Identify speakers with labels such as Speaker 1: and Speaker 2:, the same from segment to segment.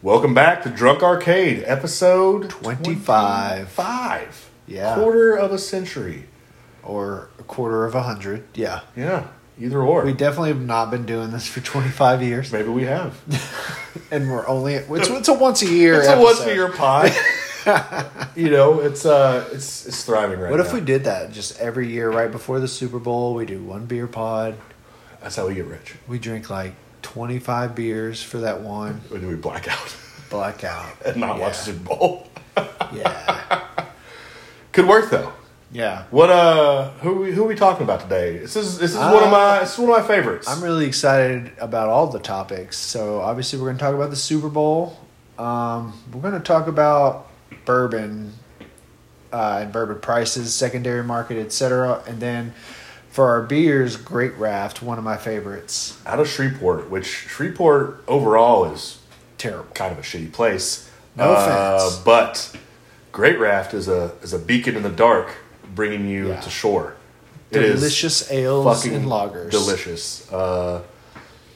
Speaker 1: Welcome back to Drunk Arcade, episode
Speaker 2: 25.
Speaker 1: 25.
Speaker 2: Yeah.
Speaker 1: Quarter of a century.
Speaker 2: or a quarter of a hundred. Yeah.
Speaker 1: Yeah, either or.
Speaker 2: We definitely have not been doing this for 25 years,
Speaker 1: Maybe we have.
Speaker 2: and we're only it's, it's a once a year.
Speaker 1: It's a once a
Speaker 2: episode.
Speaker 1: year pod. you know, it's uh, it's it's thriving right
Speaker 2: What
Speaker 1: now.
Speaker 2: if we did that just every year, right before the Super Bowl? We do one beer pod.
Speaker 1: That's how we get rich.
Speaker 2: We drink like 25 beers for that one
Speaker 1: Or do we black out
Speaker 2: blackout,
Speaker 1: and not
Speaker 2: yeah.
Speaker 1: watch the Super Bowl?
Speaker 2: Yeah,
Speaker 1: Could work though.
Speaker 2: yeah.
Speaker 1: What uh, who we, who we talking about today? This is this is one of my this is one of my favorites.
Speaker 2: Uh, I'm really excited about all the topics. So obviously, we're going to talk about the Super Bowl. Um, we're going to talk about bourbon uh, and bourbon prices, secondary market, etc. And then for our beers, Great Raft, one of my favorites.
Speaker 1: out of Shreveport, which Shreveport overall is
Speaker 2: Terrible.
Speaker 1: kind of a shitty place.
Speaker 2: No
Speaker 1: Uh,
Speaker 2: offense.
Speaker 1: but Great Raft is a is a beacon in the dark, bringing you
Speaker 2: Yeah.
Speaker 1: to shore. It is
Speaker 2: Delicious ales and lagers.
Speaker 1: delicious. Uh,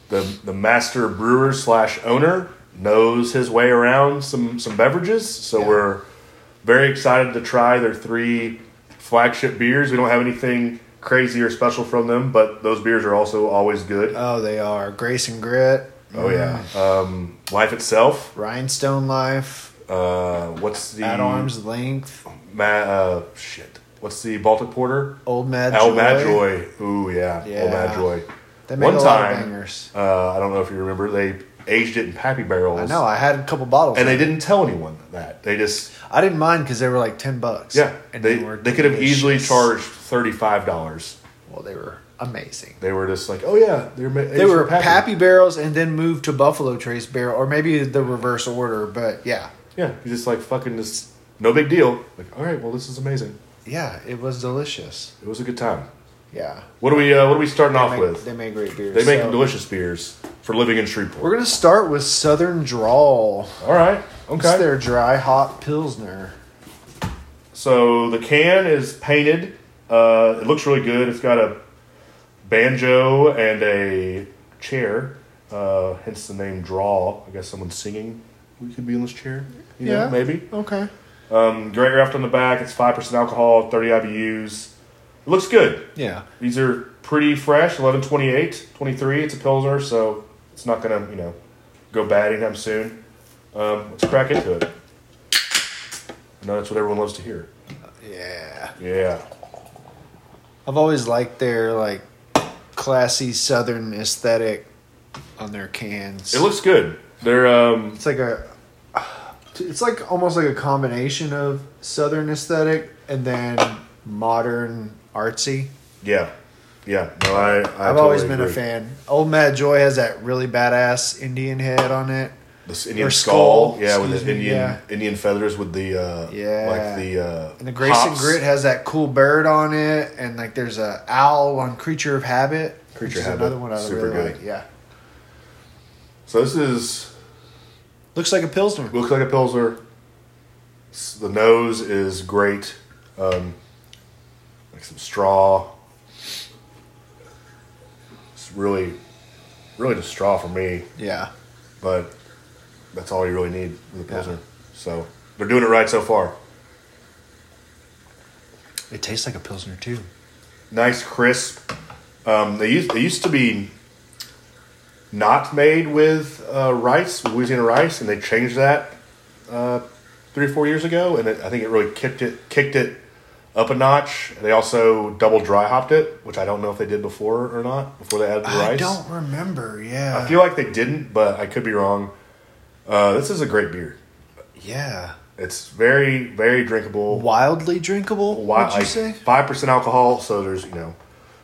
Speaker 1: the the master brewer slash owner knows his way around some some beverages, so
Speaker 2: Yeah.
Speaker 1: we're very excited to try their three flagship beers. We don't have anything crazy or special from them, but those beers are also always good.
Speaker 2: Oh, they are Grace and Grit,
Speaker 1: oh yeah,
Speaker 2: mm.
Speaker 1: um, life itself.
Speaker 2: Rhinestone Life,
Speaker 1: Uh, what's the
Speaker 2: At Arm's Length,
Speaker 1: Ma- uh, shit. What's the Baltic Porter?
Speaker 2: Old Mad
Speaker 1: El
Speaker 2: Joy.
Speaker 1: Madroy. Ooh yeah, El
Speaker 2: Yeah.
Speaker 1: Madroy.
Speaker 2: They made
Speaker 1: One
Speaker 2: a lot of
Speaker 1: time,
Speaker 2: bangers.
Speaker 1: Uh, I don't know if you remember, they aged it in Pappy barrels.
Speaker 2: I know. I had a couple bottles,
Speaker 1: and
Speaker 2: of
Speaker 1: they
Speaker 2: it.
Speaker 1: didn't tell anyone that. They just
Speaker 2: I didn't mind because they were like ten bucks.
Speaker 1: yeah.
Speaker 2: and
Speaker 1: they they, could have easily
Speaker 2: delicious.
Speaker 1: charged thirty five dollars.
Speaker 2: Well, they were amazing.
Speaker 1: They were just like, oh yeah, they're ma-
Speaker 2: They
Speaker 1: aged
Speaker 2: were
Speaker 1: in
Speaker 2: Pappy. barrels and then moved to Buffalo Trace barrel, or maybe the reverse order. But yeah,
Speaker 1: Yeah, you just like fucking just no big deal. Like all right, well this is amazing.
Speaker 2: yeah, it was delicious.
Speaker 1: It was a good time.
Speaker 2: Yeah,
Speaker 1: What are we uh, what are we starting off
Speaker 2: they make,
Speaker 1: with?
Speaker 2: they make great beers.
Speaker 1: They make
Speaker 2: so-
Speaker 1: delicious beers for living in Shreveport.
Speaker 2: We're gonna start with Southern Drawl.
Speaker 1: All right,
Speaker 2: It's
Speaker 1: okay.
Speaker 2: their dry hop pilsner.
Speaker 1: So the can is painted. Uh, it looks really good. It's got a banjo and a chair, uh, hence the name Draw. I guess someone's singing. We could be in this chair. You know,
Speaker 2: Yeah.
Speaker 1: maybe.
Speaker 2: Okay.
Speaker 1: Um, great raft on the back. It's five percent alcohol, thirty IBUs. It looks good.
Speaker 2: Yeah.
Speaker 1: These are pretty fresh. 11, 28, 23. It's a pilsner, so it's not gonna you know go bad anytime soon. Um, let's crack into it. I know that's what everyone loves to hear.
Speaker 2: Yeah.
Speaker 1: Yeah.
Speaker 2: I've always liked their like classy Southern aesthetic on their cans.
Speaker 1: It looks good. They're um
Speaker 2: It's like a, it's like almost like a combination of southern aesthetic and then modern artsy.
Speaker 1: yeah. Yeah. No, I, I I've
Speaker 2: I've always been a fan. Old Mad Joy has that really badass Indian head on it.
Speaker 1: This Indian
Speaker 2: Or
Speaker 1: skull,
Speaker 2: skull,
Speaker 1: yeah, with
Speaker 2: excuse
Speaker 1: the
Speaker 2: me,
Speaker 1: Indian
Speaker 2: yeah.
Speaker 1: Indian feathers with the uh
Speaker 2: Yeah.
Speaker 1: like the uh
Speaker 2: And the Grace and
Speaker 1: hops.
Speaker 2: Grit has that cool bird on it, and like there's a owl on Creature of Habit.
Speaker 1: Creature
Speaker 2: which
Speaker 1: of
Speaker 2: is
Speaker 1: Habit,
Speaker 2: another one I
Speaker 1: super
Speaker 2: really
Speaker 1: good.
Speaker 2: like. Yeah,
Speaker 1: So this is
Speaker 2: looks like a pilsner.
Speaker 1: looks like a pilsner. S- The nose is great. Um like some straw. It's really really just straw for me,
Speaker 2: Yeah,
Speaker 1: but that's all you really need with a
Speaker 2: Yeah.
Speaker 1: pilsner. So they're doing it right so far.
Speaker 2: it tastes like a pilsner too.
Speaker 1: nice crisp. Um, they used they used to be not made with uh, rice, Louisiana rice, and they changed that uh, three or four years ago, and it, I think it really kicked it kicked it up a notch. They also double dry hopped it, which I don't know if they did before or not before they added the
Speaker 2: I
Speaker 1: rice.
Speaker 2: don't remember.
Speaker 1: I
Speaker 2: Yeah,
Speaker 1: feel like they didn't, but I could be wrong. Uh, this is a great beer.
Speaker 2: yeah,
Speaker 1: It's very very drinkable.
Speaker 2: wildly drinkable.
Speaker 1: Why,
Speaker 2: would you say?
Speaker 1: Five percent alcohol, so there's you know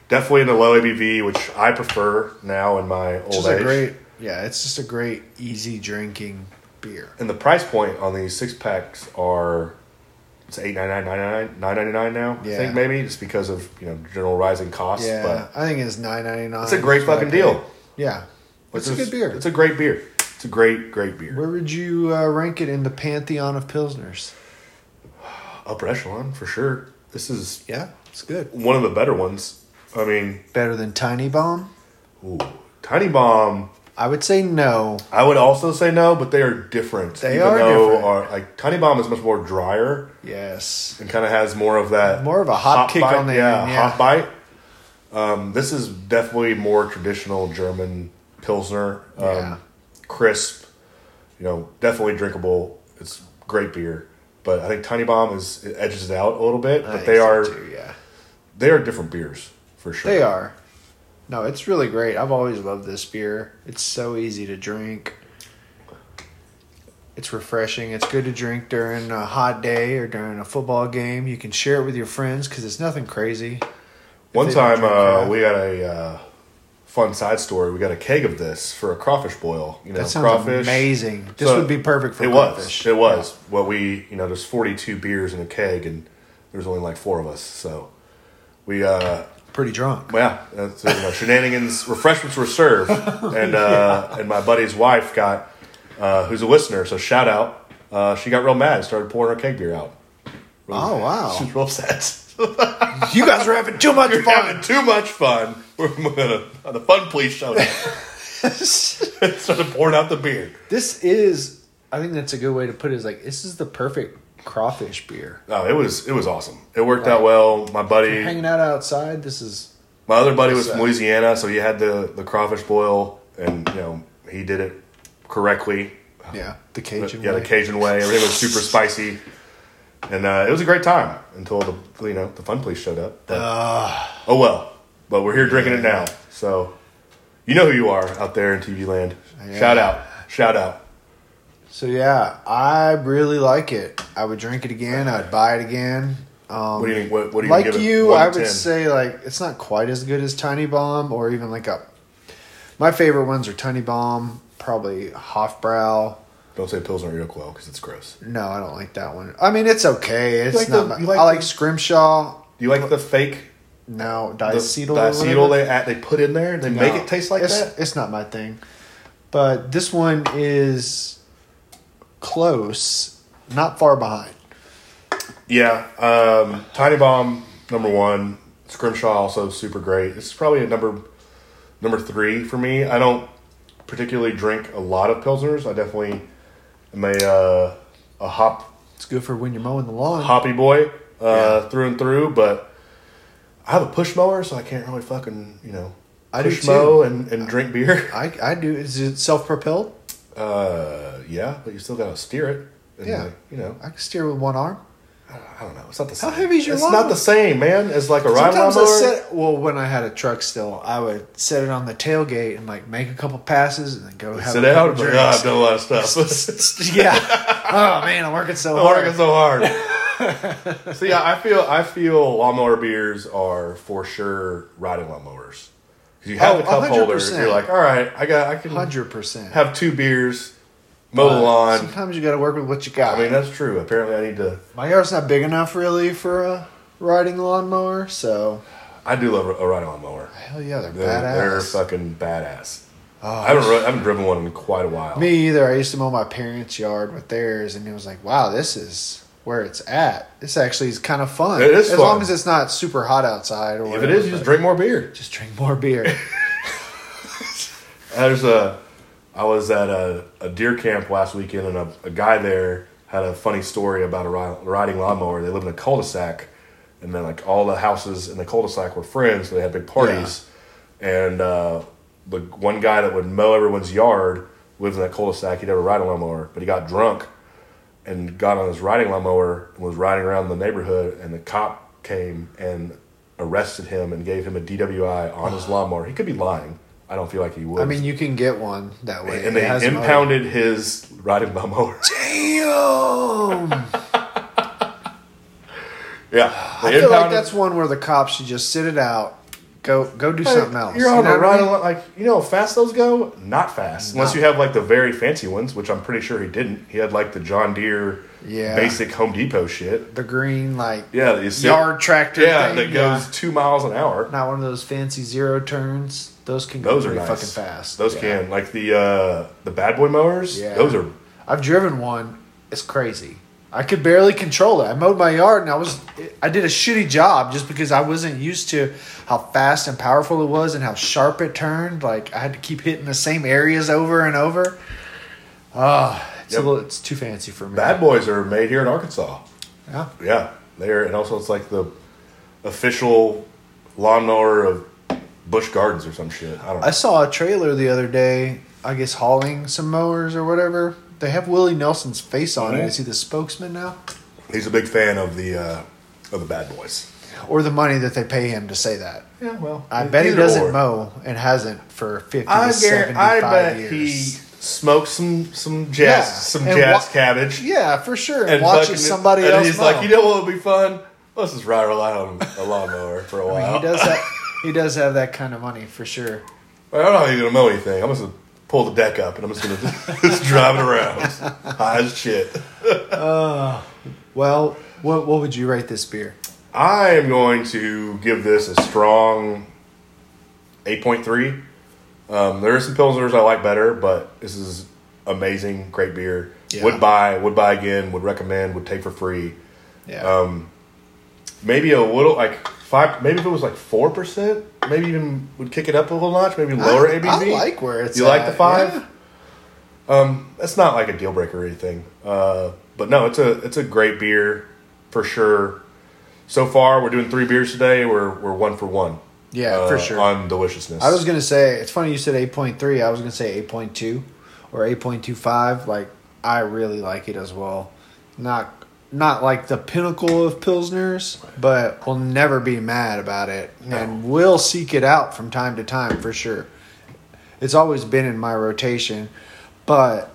Speaker 1: definitely in the low ABV, which I prefer now in my old
Speaker 2: It's
Speaker 1: age.
Speaker 2: a great, yeah, it's just a great, easy drinking beer.
Speaker 1: and the price point on these six packs are it's eight nine nine nine nine nine ninety nine now. I
Speaker 2: Yeah.
Speaker 1: think maybe just because of you know general rising costs.
Speaker 2: Yeah,
Speaker 1: but
Speaker 2: I think it's nine ninety nine.
Speaker 1: it's a great fucking deal.
Speaker 2: Yeah, it's,
Speaker 1: This
Speaker 2: a
Speaker 1: is-
Speaker 2: good beer.
Speaker 1: It's a great beer. It's a great great beer.
Speaker 2: Where would you uh, rank it in the pantheon of pilsners?
Speaker 1: Upper echelon for sure. This is
Speaker 2: Yeah, it's good.
Speaker 1: one of the better ones. I mean,
Speaker 2: Better than Tiny Bomb.
Speaker 1: ooh, Tiny Bomb.
Speaker 2: I would say no.
Speaker 1: I would also say no, but they are different.
Speaker 2: They are different.
Speaker 1: Our, like Tiny Bomb is much more drier
Speaker 2: Yes.
Speaker 1: and kind of has more of that
Speaker 2: More of a hop kick
Speaker 1: bite.
Speaker 2: on the
Speaker 1: yeah,
Speaker 2: end, yeah.
Speaker 1: hop bite. Um, this is definitely more traditional German pilsner, um,
Speaker 2: Yeah.
Speaker 1: crisp. You know, definitely drinkable. It's great beer, but I think Tiny Bomb is it edges it out a little bit.
Speaker 2: I
Speaker 1: But
Speaker 2: think
Speaker 1: they
Speaker 2: so
Speaker 1: are
Speaker 2: too, yeah.
Speaker 1: they are different beers for sure.
Speaker 2: They are. No, it's really great. I've always loved this beer. It's so easy to drink. It's refreshing. It's good to drink during a hot day or during a football game. You can share it with your friends because it's nothing crazy.
Speaker 1: One
Speaker 2: they don't
Speaker 1: time,
Speaker 2: drink
Speaker 1: uh,
Speaker 2: crab.
Speaker 1: we got a uh, fun side story. We got a keg of this for a crawfish boil. You know,
Speaker 2: That sounds
Speaker 1: crawfish.
Speaker 2: amazing. This
Speaker 1: So,
Speaker 2: would be perfect for
Speaker 1: it
Speaker 2: crawfish.
Speaker 1: was. It was. What we, you know, there's 42 beers in a keg, and there's only like four of us. So we, uh,
Speaker 2: Pretty drunk.
Speaker 1: well, yeah, that's, you know, shenanigans, refreshments were served, and uh, and my buddy's wife got, uh, who's a listener, so shout out. Uh, she got real mad and started pouring her keg beer out.
Speaker 2: Oh
Speaker 1: She was
Speaker 2: wow!
Speaker 1: real upset.
Speaker 2: you guys are having too much
Speaker 1: We're having
Speaker 2: fun.
Speaker 1: too much fun. We're on a, on a fun police show. now.
Speaker 2: this
Speaker 1: Started pouring out the beer.
Speaker 2: is. I think that's a good way to put it. Is like this is the perfect crawfish beer.
Speaker 1: No, it was it was awesome. It worked out well. My buddy,
Speaker 2: Hanging out outside. This is
Speaker 1: my other buddy was from
Speaker 2: Yes, uh,
Speaker 1: Louisiana, so he had the the crawfish boil, and you know he did it correctly.
Speaker 2: yeah the Cajun.
Speaker 1: yeah,
Speaker 2: way.
Speaker 1: the Cajun way. Everything was super spicy, and uh, it was a great time until the you know the fun police showed up. But,
Speaker 2: Ah.
Speaker 1: oh well, but we're here drinking it now. So you know who you are out there in TV land.
Speaker 2: Yeah.
Speaker 1: Shout out, shout out.
Speaker 2: So yeah, I really like it. I would drink it again. I'd buy it again. Um,
Speaker 1: What do you think? What, what do you
Speaker 2: like
Speaker 1: give it?
Speaker 2: you,
Speaker 1: One to
Speaker 2: I would
Speaker 1: 10?
Speaker 2: say like it's not quite as good as Tiny Bomb or even like a. My favorite ones are Tiny Bomb, probably Hofbrau.
Speaker 1: Don't say Pilsner Yokewell because it's gross.
Speaker 2: No, I don't like that one. I mean, it's okay. It's
Speaker 1: like
Speaker 2: not.
Speaker 1: the-
Speaker 2: my-
Speaker 1: you like
Speaker 2: I like
Speaker 1: the-
Speaker 2: Scrimshaw.
Speaker 1: Do you like the fake
Speaker 2: No,
Speaker 1: the
Speaker 2: diacetyl. or
Speaker 1: diacetyl
Speaker 2: whatever.
Speaker 1: they add, they put in there? They
Speaker 2: No,
Speaker 1: make it taste like
Speaker 2: it's,
Speaker 1: that.
Speaker 2: It's not my thing. But this one is close, not far behind.
Speaker 1: Yeah, um, Tiny Bomb number one. Scrimshaw also super great. This is probably a number number three for me. I don't particularly drink a lot of pilsners. I definitely am a uh, a hop
Speaker 2: It's good for when you're mowing the lawn.
Speaker 1: hoppy boy uh, through and through, but I have a push mower, so I can't really fucking you know
Speaker 2: I do
Speaker 1: push
Speaker 2: too.
Speaker 1: mow and, and drink beer.
Speaker 2: I, I do. Is it self propelled?
Speaker 1: Uh, yeah, but you still gotta steer it. And
Speaker 2: Yeah.
Speaker 1: like, you know,
Speaker 2: I can steer with one arm.
Speaker 1: I don't know. It's not the
Speaker 2: How
Speaker 1: same.
Speaker 2: heavy is your
Speaker 1: It's
Speaker 2: lawn?
Speaker 1: not the same, man. It's like a ride
Speaker 2: Sometimes I
Speaker 1: lawnmower.
Speaker 2: set. Well, when I had a truck still, I would set it on the tailgate and like make a couple passes and then go have
Speaker 1: Sit
Speaker 2: a
Speaker 1: down.
Speaker 2: couple
Speaker 1: But, uh, yeah, I've
Speaker 2: drinks.
Speaker 1: done a lot of stuff.
Speaker 2: yeah. Oh man, I'm working so
Speaker 1: I'm
Speaker 2: hard.
Speaker 1: working so hard. See, I I feel I feel lawnmower beers are for sure riding lawnmowers because you have
Speaker 2: Oh,
Speaker 1: the cup holders.
Speaker 2: 100%.
Speaker 1: You're like, all right, I got I can
Speaker 2: Hundred percent.
Speaker 1: have two beers, mow the lawn.
Speaker 2: Sometimes you got to work with what you got.
Speaker 1: I mean, that's true. Apparently, I need to.
Speaker 2: my yard's not big enough really for a riding lawnmower, so
Speaker 1: I do love a riding lawnmower.
Speaker 2: hell yeah, they're,
Speaker 1: They're,
Speaker 2: badass.
Speaker 1: they're fucking badass.
Speaker 2: Oh,
Speaker 1: I haven't ri- I haven't driven one in quite a while.
Speaker 2: Me either. I used to mow my parents' yard with theirs, and it was like, wow, this is where it's at. This actually is kind of fun.
Speaker 1: It is
Speaker 2: as
Speaker 1: fun.
Speaker 2: long as it's not super hot outside or
Speaker 1: If it
Speaker 2: whatever,
Speaker 1: is, you
Speaker 2: but-
Speaker 1: just drink more beer.
Speaker 2: just drink more beer.
Speaker 1: There's a, I was at a, a deer camp last weekend, and a, a guy there had a funny story about a ri- riding lawnmower. They live in a cul-de-sac, and then like all the houses in the cul-de-sac were friends, so they had big parties. And uh, the one guy that would mow everyone's yard lived in that cul-de-sac. He'd have a riding lawnmower, but he got drunk and got on his riding lawnmower and was riding around the neighborhood. And the cop came and arrested him and gave him a DWI on his lawnmower. He could be lying. I don't feel like he would
Speaker 2: I mean, you can get one that way.
Speaker 1: and
Speaker 2: It has
Speaker 1: they
Speaker 2: motor.
Speaker 1: impounded his riding lawnmower.
Speaker 2: Damn!
Speaker 1: yeah,
Speaker 2: I feel like that's one where the cops should just sit it out. Go, go do something else.
Speaker 1: You're on
Speaker 2: You know
Speaker 1: a
Speaker 2: what I
Speaker 1: riding
Speaker 2: mean?
Speaker 1: lawn- like you know how fast those go? Not fast, unless
Speaker 2: Not-
Speaker 1: you have like the very fancy ones, which I'm pretty sure he didn't. He had like the John Deere,
Speaker 2: Yeah.
Speaker 1: basic Home Depot shit.
Speaker 2: The green like
Speaker 1: Yeah, that you sit-
Speaker 2: yard tractor.
Speaker 1: Yeah,
Speaker 2: thing.
Speaker 1: that goes two miles an hour.
Speaker 2: Not one of those fancy zero turns. Those can go
Speaker 1: Those are
Speaker 2: pretty
Speaker 1: nice.
Speaker 2: fucking fast.
Speaker 1: Those
Speaker 2: Yeah.
Speaker 1: can like the uh, the bad boy mowers.
Speaker 2: Yeah.
Speaker 1: those are
Speaker 2: I've driven one. It's crazy. I could barely control it. I mowed my yard and I was I did a shitty job just because I wasn't used to how fast and powerful it was and how sharp it turned. Like I had to keep hitting the same areas over and over. Ah, it's
Speaker 1: Yep.
Speaker 2: a little it's too fancy for me.
Speaker 1: Bad boys are made here in Arkansas.
Speaker 2: Yeah.
Speaker 1: Yeah, they are, and also it's like the official lawnmower of Bush Gardens or some shit. I don't know.
Speaker 2: I saw a trailer the other day, I guess hauling some mowers or whatever. They have Willie Nelson's face on it.
Speaker 1: Mhm.
Speaker 2: Is he the spokesman now?
Speaker 1: He's a big fan of the uh, of the Bad Boys.
Speaker 2: Or the money that they pay him to say that.
Speaker 1: Yeah, well,
Speaker 2: I bet he doesn't mow and hasn't for 50 to
Speaker 1: I, guarantee,
Speaker 2: 75
Speaker 1: I bet
Speaker 2: years.
Speaker 1: he smokes some some jazz
Speaker 2: Yeah,
Speaker 1: some
Speaker 2: and
Speaker 1: jazz
Speaker 2: wa-
Speaker 1: cabbage
Speaker 2: Yeah, for sure. And,
Speaker 1: and
Speaker 2: watches
Speaker 1: fucking-
Speaker 2: somebody
Speaker 1: and
Speaker 2: else.
Speaker 1: He's
Speaker 2: mow.
Speaker 1: like, you know what would be fun? Let's just ride rely on a lawnmower for a while.
Speaker 2: I mean, he does have he does have that kind of money for sure.
Speaker 1: I don't know how you're gonna mow anything. I'm just gonna pull the deck up and I'm just gonna just drive it around, high as shit.
Speaker 2: Well, what what would you rate this beer?
Speaker 1: I am going to give this a strong 8.3. Um, there are some Pilsners I like better, but this is amazing, great beer.
Speaker 2: Yeah.
Speaker 1: Would buy, would buy again, would recommend, would take for free.
Speaker 2: Yeah.
Speaker 1: Um, Maybe a little, like five, maybe if it was like 4%, maybe even would kick it up a little notch, maybe lower
Speaker 2: I,
Speaker 1: ABV.
Speaker 2: I like where it's
Speaker 1: You like
Speaker 2: at,
Speaker 1: the five? Um,
Speaker 2: yeah.
Speaker 1: That's not like a deal breaker or anything. Uh, but no, it's a it's a great beer for sure. So far, we're doing three beers today. We're we're one for one. uh,
Speaker 2: Yeah, for sure.
Speaker 1: On deliciousness.
Speaker 2: I was gonna say it's funny you said eight point three. I was gonna say eight point two or eight point two five. Like I really like it as well. Not not like the pinnacle of pilsners, but we'll never be mad about it, and we'll seek it out from time to time for sure. It's always been in my rotation, but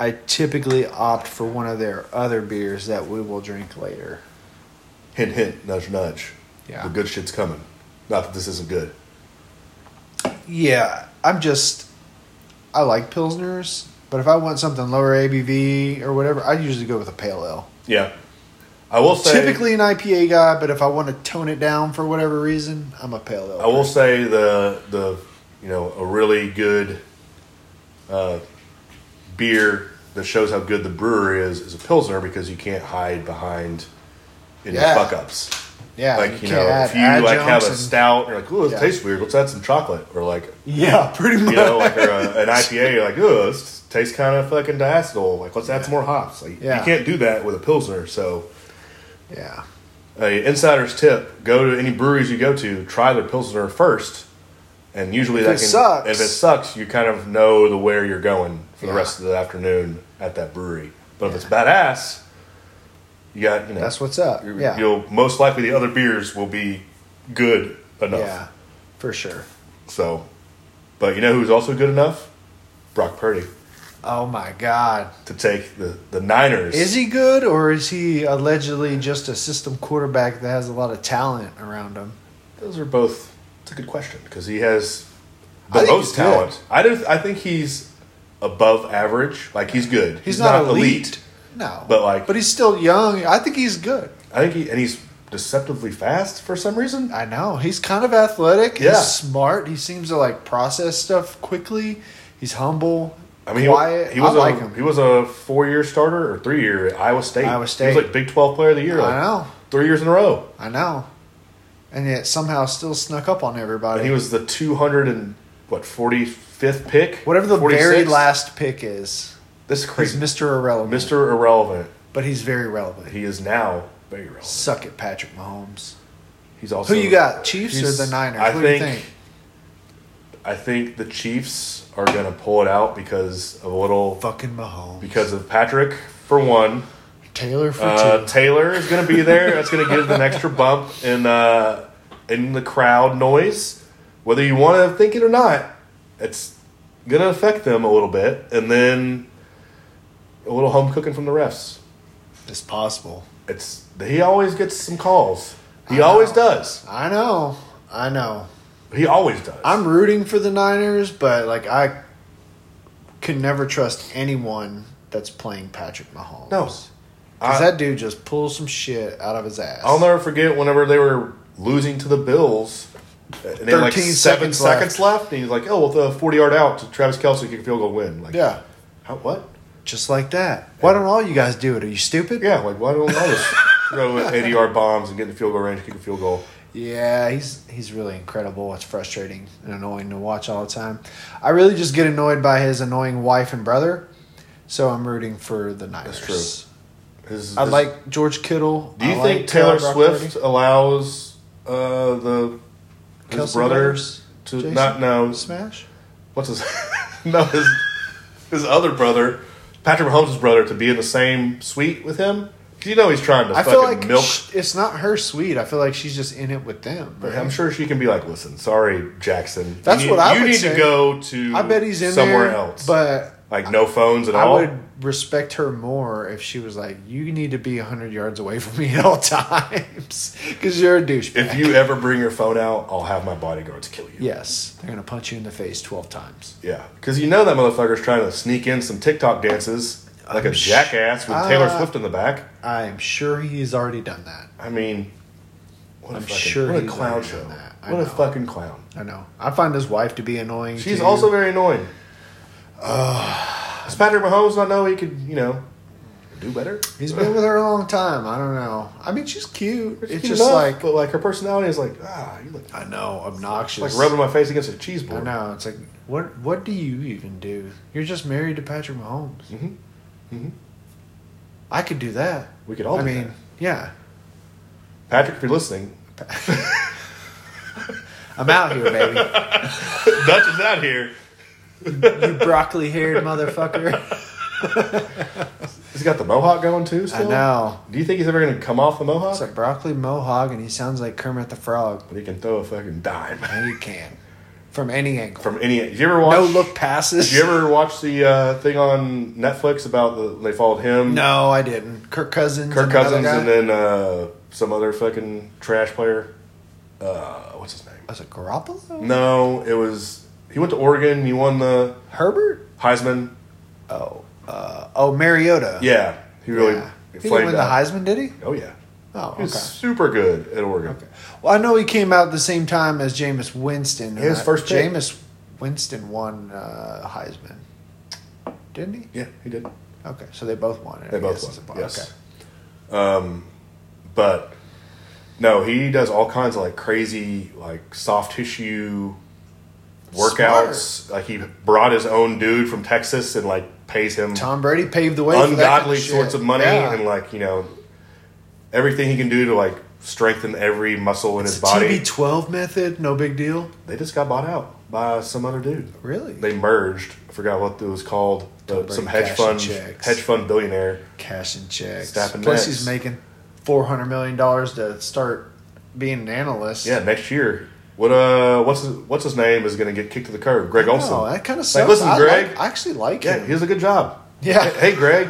Speaker 2: I typically opt for one of their other beers that we will drink later.
Speaker 1: hint hint nudge nudge.
Speaker 2: Yeah.
Speaker 1: The good shit's coming. Not that this isn't good.
Speaker 2: Yeah, I'm just I like pilsners, but if I want something lower ABV or whatever, I usually go with a pale ale.
Speaker 1: Yeah. I will say
Speaker 2: Typically an IPA guy, but if I want to tone it down for whatever reason, I'm a pale ale.
Speaker 1: I will say the the you know a really good uh, beer that shows how good the brewer is is a pilsner because you can't hide behind any
Speaker 2: Yeah.
Speaker 1: fuck ups.
Speaker 2: yeah,
Speaker 1: like you,
Speaker 2: can't
Speaker 1: know,
Speaker 2: add
Speaker 1: if you like have
Speaker 2: adjuncts
Speaker 1: a
Speaker 2: and-
Speaker 1: stout, you're like, "Ooh, it
Speaker 2: Yeah.
Speaker 1: tastes weird. Let's add some chocolate," or like,
Speaker 2: yeah, pretty much.
Speaker 1: you know, like or a, an IPA, you're like, "Ooh, this tastes kind of fucking diacetyl. Like, let's add some more hops." Like,
Speaker 2: Yeah.
Speaker 1: you can't do that with a pilsner. So,
Speaker 2: yeah,
Speaker 1: a insider's tip: go to any breweries you go to, try their pilsner first, and usually
Speaker 2: If
Speaker 1: that
Speaker 2: it
Speaker 1: can,
Speaker 2: sucks.
Speaker 1: if it sucks, you kind of know the where you're going for
Speaker 2: Yeah.
Speaker 1: the rest of the afternoon at that brewery. But if it's badass, you got you know
Speaker 2: that's what's up.
Speaker 1: you-
Speaker 2: Yeah,
Speaker 1: you'll most likely the other beers will be good enough.
Speaker 2: yeah, for sure.
Speaker 1: So, but you know who's also good enough? Brock Purdy
Speaker 2: Oh my god,
Speaker 1: to take the, the Niners.
Speaker 2: is he good or is he allegedly just a system quarterback that has a lot of talent around him?
Speaker 1: Those are both. It's a good question because he has
Speaker 2: I
Speaker 1: the
Speaker 2: think
Speaker 1: most
Speaker 2: he's good.
Speaker 1: talent. I do. I think he's above average. Like he's good.
Speaker 2: He's, not, elite. No.
Speaker 1: But, like-
Speaker 2: But he's still young. I think he's good.
Speaker 1: I think he and he's deceptively fast for some reason.
Speaker 2: I know. He's kind of athletic.
Speaker 1: Yeah.
Speaker 2: He's smart. He seems to like process stuff quickly. He's humble.
Speaker 1: I mean, he-
Speaker 2: quiet.
Speaker 1: He, was
Speaker 2: I like
Speaker 1: a,
Speaker 2: him.
Speaker 1: He was a four year starter or three year at Iowa State.
Speaker 2: Iowa State. Uh-huh.
Speaker 1: He was like Big Twelve Player of the Year. like,
Speaker 2: I know.
Speaker 1: Three years in a row.
Speaker 2: I know. And yet somehow still snuck up on everybody.
Speaker 1: And he was the two hundred and what forty fifth pick,
Speaker 2: whatever the very
Speaker 1: 46th?
Speaker 2: last pick is.
Speaker 1: This is
Speaker 2: He's
Speaker 1: crazy,
Speaker 2: Mr. Irrelevant.
Speaker 1: Mister Irrelevant.
Speaker 2: But he's very relevant.
Speaker 1: He is now very relevant.
Speaker 2: Suck it, Patrick Mahomes.
Speaker 1: He's also
Speaker 2: Who you got, Chiefs or
Speaker 1: he's-
Speaker 2: the Niners?
Speaker 1: I
Speaker 2: Who
Speaker 1: think,
Speaker 2: do you think?
Speaker 1: I think the Chiefs are going to pull it out because of a little
Speaker 2: Fucking Mahomes.
Speaker 1: because of Patrick for one.
Speaker 2: Taylor for
Speaker 1: Uh,
Speaker 2: two.
Speaker 1: Taylor is going to be there. That's going to give them an extra bump in uh, in the crowd noise, whether you want to think it or not. It's going to affect them a little bit, and then a little home cooking from the refs.
Speaker 2: It's possible.
Speaker 1: It's he always gets some calls. He
Speaker 2: I
Speaker 1: always
Speaker 2: know.
Speaker 1: does.
Speaker 2: I know. I know.
Speaker 1: He always does.
Speaker 2: I'm rooting for the Niners, but like I can never trust anyone that's playing Patrick Mahomes.
Speaker 1: No.
Speaker 2: because
Speaker 1: I-
Speaker 2: that dude just pulls some shit out of his ass.
Speaker 1: I'll never forget whenever they were losing to the Bills. And they had like
Speaker 2: 13
Speaker 1: seven
Speaker 2: seconds
Speaker 1: seconds
Speaker 2: left.
Speaker 1: left. and he's like, "Oh, with a forty-yard out, Travis Kelsey kick a field goal win." Like,
Speaker 2: yeah,
Speaker 1: how, what?
Speaker 2: just like that. Why don't all you guys do it? Are you stupid?
Speaker 1: Yeah, like why don't all this throw eighty yard bombs and get in the field goal range, kick a field goal?
Speaker 2: Yeah, he's he's really incredible. It's frustrating and annoying to watch all the time. I really just get annoyed by his annoying wife and brother, so I'm rooting for the Niners.
Speaker 1: true. His-
Speaker 2: I
Speaker 1: his-
Speaker 2: like George Kittle.
Speaker 1: Do you
Speaker 2: I
Speaker 1: think
Speaker 2: like
Speaker 1: Taylor
Speaker 2: Brock
Speaker 1: Swift allows uh, the his
Speaker 2: Kelsey
Speaker 1: brothers to
Speaker 2: Jason?
Speaker 1: not know
Speaker 2: Purdy? Smash?
Speaker 1: what's his no his his other brother Patrick Mahomes' brother to be in the same suite with him? 'Cause You know he's trying to
Speaker 2: I
Speaker 1: fucking
Speaker 2: feel like
Speaker 1: milk.
Speaker 2: sh- it's not her sweet. I feel like she's just in it with them.
Speaker 1: but
Speaker 2: right?
Speaker 1: I'm sure she can be like, listen, sorry, Jackson.
Speaker 2: That's
Speaker 1: you need,
Speaker 2: what I
Speaker 1: you
Speaker 2: would
Speaker 1: need
Speaker 2: say.
Speaker 1: to go to.
Speaker 2: I bet he's in
Speaker 1: somewhere
Speaker 2: there,
Speaker 1: else,
Speaker 2: But
Speaker 1: like no phones at
Speaker 2: I
Speaker 1: all.
Speaker 2: would respect her more if she was like, "You need to be hundred yards away from me at all times because you're a douchebag."
Speaker 1: If you ever bring your phone out, I'll have my bodyguards kill you.
Speaker 2: Yes, they're gonna punch you in the face twelve times.
Speaker 1: Yeah, because you know that motherfucker's trying to sneak in some TikTok dances like a
Speaker 2: I'm sh-
Speaker 1: jackass with Taylor
Speaker 2: Uh,
Speaker 1: Swift in the back.
Speaker 2: I am sure he's already done that.
Speaker 1: I mean, what a
Speaker 2: I'm
Speaker 1: fucking
Speaker 2: sure
Speaker 1: what a
Speaker 2: he's
Speaker 1: clown
Speaker 2: already
Speaker 1: show!
Speaker 2: done that. I
Speaker 1: What a
Speaker 2: know.
Speaker 1: fucking clown!
Speaker 2: I know. I find his wife to be annoying.
Speaker 1: She's
Speaker 2: too.
Speaker 1: also very annoying. Uh, Does Patrick Mahomes not know he could, you know, do better?
Speaker 2: He's been with her a long time. I don't know. I mean, she's cute.
Speaker 1: She's
Speaker 2: It's
Speaker 1: cute
Speaker 2: just
Speaker 1: enough,
Speaker 2: like
Speaker 1: but like her personality is like ah, you look
Speaker 2: I know, obnoxious.
Speaker 1: like rubbing my face against a cheese
Speaker 2: I
Speaker 1: board.
Speaker 2: know. It's like what? What do you even do? You're just married to Patrick Mahomes.
Speaker 1: hmm hmm
Speaker 2: I could do that.
Speaker 1: We could all.
Speaker 2: I
Speaker 1: do
Speaker 2: mean,
Speaker 1: that.
Speaker 2: yeah.
Speaker 1: Patrick, if you're listening,
Speaker 2: I'm out here, baby.
Speaker 1: Dutch is out here.
Speaker 2: you broccoli haired motherfucker.
Speaker 1: He's got the mohawk going too.
Speaker 2: I
Speaker 1: Still?
Speaker 2: know.
Speaker 1: Do you think he's ever going to come off the mohawk?
Speaker 2: It's a broccoli mohawk, and he sounds like Kermit the Frog.
Speaker 1: but he can throw a fucking dime
Speaker 2: And he can. From any angle.
Speaker 1: from any. Did you ever watch?
Speaker 2: No look passes.
Speaker 1: Did you ever watch the uh, thing on Netflix about the they followed him?
Speaker 2: No, I didn't. Kirk Cousins.
Speaker 1: Kirk
Speaker 2: and another
Speaker 1: Cousins
Speaker 2: guy?
Speaker 1: and then uh, some other fucking trash player. Uh, what's his name?
Speaker 2: Was Oh, it Garoppolo?
Speaker 1: No, it was he went to Oregon. He won the
Speaker 2: Herbert?
Speaker 1: Heisman.
Speaker 2: Oh. Uh, oh, Mariota.
Speaker 1: Yeah, he really
Speaker 2: Yeah. He didn't
Speaker 1: flamed
Speaker 2: win the
Speaker 1: out.
Speaker 2: Heisman, did he?
Speaker 1: Oh yeah,
Speaker 2: Oh,
Speaker 1: he
Speaker 2: okay.
Speaker 1: was super good at Oregon.
Speaker 2: Okay. Well, I know he came out at the same time as Jameis Winston. and
Speaker 1: His
Speaker 2: I-
Speaker 1: first pick.
Speaker 2: Jameis Winston won uh, Heisman, didn't he?
Speaker 1: Yeah, he did.
Speaker 2: Okay, so they both won it.
Speaker 1: They
Speaker 2: I
Speaker 1: both
Speaker 2: guess, is
Speaker 1: won.
Speaker 2: the point.
Speaker 1: Yes.
Speaker 2: Okay.
Speaker 1: Um, but no, he does all kinds of like crazy, like soft tissue workouts. Like he brought his own dude from Texas and like pays him
Speaker 2: Tom Brady paved the way. for that kind
Speaker 1: ungodly
Speaker 2: of shit.
Speaker 1: sorts of money
Speaker 2: Yeah.
Speaker 1: and like you know everything he can do to like strengthen every muscle in
Speaker 2: It's
Speaker 1: his
Speaker 2: the
Speaker 1: body.
Speaker 2: TB12 method, no big deal.
Speaker 1: they just got bought out by some other dude.
Speaker 2: Really?
Speaker 1: They merged. I forgot what it was called. The,
Speaker 2: Brady
Speaker 1: some hedge
Speaker 2: cashing
Speaker 1: fund,
Speaker 2: checks.
Speaker 1: hedge fund billionaire.
Speaker 2: Cash and checks.
Speaker 1: Snapping
Speaker 2: Plus,
Speaker 1: necks.
Speaker 2: he's making four hundred million dollars to start being an analyst.
Speaker 1: Yeah, next year. What uh, what's his, what's his name is going to get kicked to the curb? Greg Olson.
Speaker 2: Oh, that kind of sucks.
Speaker 1: listen,
Speaker 2: I
Speaker 1: Greg.
Speaker 2: like- I actually like
Speaker 1: yeah,
Speaker 2: him.
Speaker 1: he does a good job.
Speaker 2: Yeah.
Speaker 1: Hey, hey, Greg.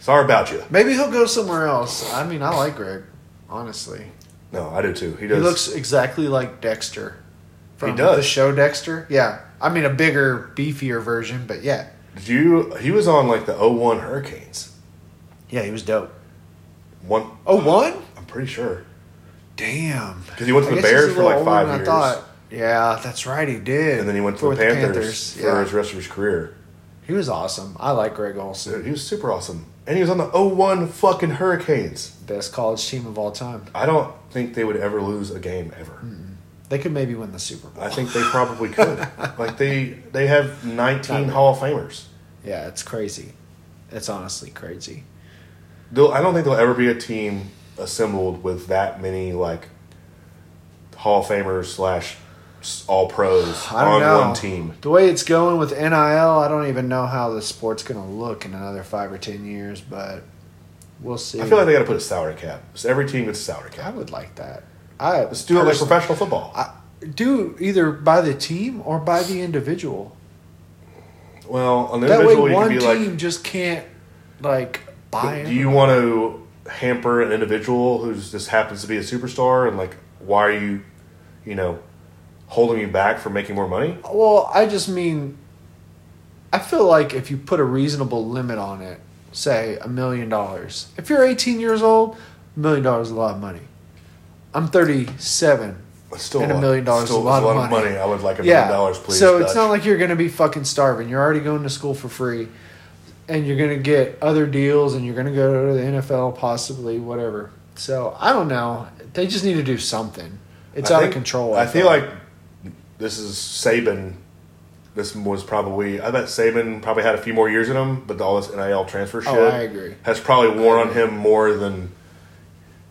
Speaker 1: Sorry about you.
Speaker 2: Maybe he'll go somewhere else. I mean, I like Greg. Honestly,
Speaker 1: No, I do too. He
Speaker 2: he
Speaker 1: does.
Speaker 2: looks exactly like Dexter from
Speaker 1: does.
Speaker 2: the show Dexter. Yeah, I mean a bigger, beefier version, but yeah,
Speaker 1: Did you? He was on like the 01 Hurricanes.
Speaker 2: yeah, he was dope.
Speaker 1: One,
Speaker 2: Oh, one.
Speaker 1: I'm pretty sure.
Speaker 2: Damn.
Speaker 1: 'Cause he went to
Speaker 2: I
Speaker 1: the
Speaker 2: guess he's
Speaker 1: Bears
Speaker 2: a
Speaker 1: for,
Speaker 2: little
Speaker 1: like,
Speaker 2: older
Speaker 1: five
Speaker 2: than I
Speaker 1: years.
Speaker 2: thought. Yeah, that's right. He did.
Speaker 1: And then he went
Speaker 2: For
Speaker 1: to the
Speaker 2: with
Speaker 1: Panthers, for
Speaker 2: yeah.
Speaker 1: his rest of his career.
Speaker 2: He was awesome. I like Greg Olson.
Speaker 1: Dude, he was super awesome, and he was on the 01 fucking Hurricanes.
Speaker 2: Best college team of all time.
Speaker 1: I don't think they would ever lose a game ever.
Speaker 2: They could maybe win the Super Bowl.
Speaker 1: I think they probably could. like they they have 19 Hall of Famers.
Speaker 2: Yeah, it's crazy. It's honestly crazy.
Speaker 1: They'll, I don't think there'll ever be a team assembled with that many like Hall of Famers slash All Pros
Speaker 2: I don't
Speaker 1: on
Speaker 2: know.
Speaker 1: one team.
Speaker 2: The way it's going with NIL, I don't even know how the sport's going to look in another five or ten years, but we'll see.
Speaker 1: I feel like they got to put a salary cap. So every team gets a salary
Speaker 2: I
Speaker 1: cap.
Speaker 2: would like that. I
Speaker 1: Let's do it like
Speaker 2: personally-
Speaker 1: professional football.
Speaker 2: I, do either by the team or by the individual.
Speaker 1: well, on the
Speaker 2: That way,
Speaker 1: individual, you
Speaker 2: one
Speaker 1: can be
Speaker 2: team
Speaker 1: like,
Speaker 2: just can't like buy
Speaker 1: do
Speaker 2: him.
Speaker 1: you want to hamper an individual who just happens to be a superstar? And like, why are you, you know, holding me back from making more money?
Speaker 2: well, I just mean, I feel like if you put a reasonable limit on it, say a million dollars. If you're 18 years old, a million dollars is a lot of money. I'm 37.
Speaker 1: It's still
Speaker 2: And a
Speaker 1: lot-
Speaker 2: million dollars is
Speaker 1: still-
Speaker 2: a lot
Speaker 1: it's
Speaker 2: of money.
Speaker 1: I would like a
Speaker 2: yeah.
Speaker 1: million dollars, please.
Speaker 2: so it's
Speaker 1: Dutch.
Speaker 2: not like you're going to be fucking starving. You're already going to school for free. and you're going to get other deals and you're going to go to the NFL possibly whatever. So I don't know. They just need to do something. It's
Speaker 1: I
Speaker 2: out
Speaker 1: think-
Speaker 2: of control.
Speaker 1: I feel
Speaker 2: thought.
Speaker 1: like this is Saban. This was probably I bet Saban probably had a few more years in him, but all this NIL transfer shit
Speaker 2: Oh, I agree.
Speaker 1: has probably worn on him more than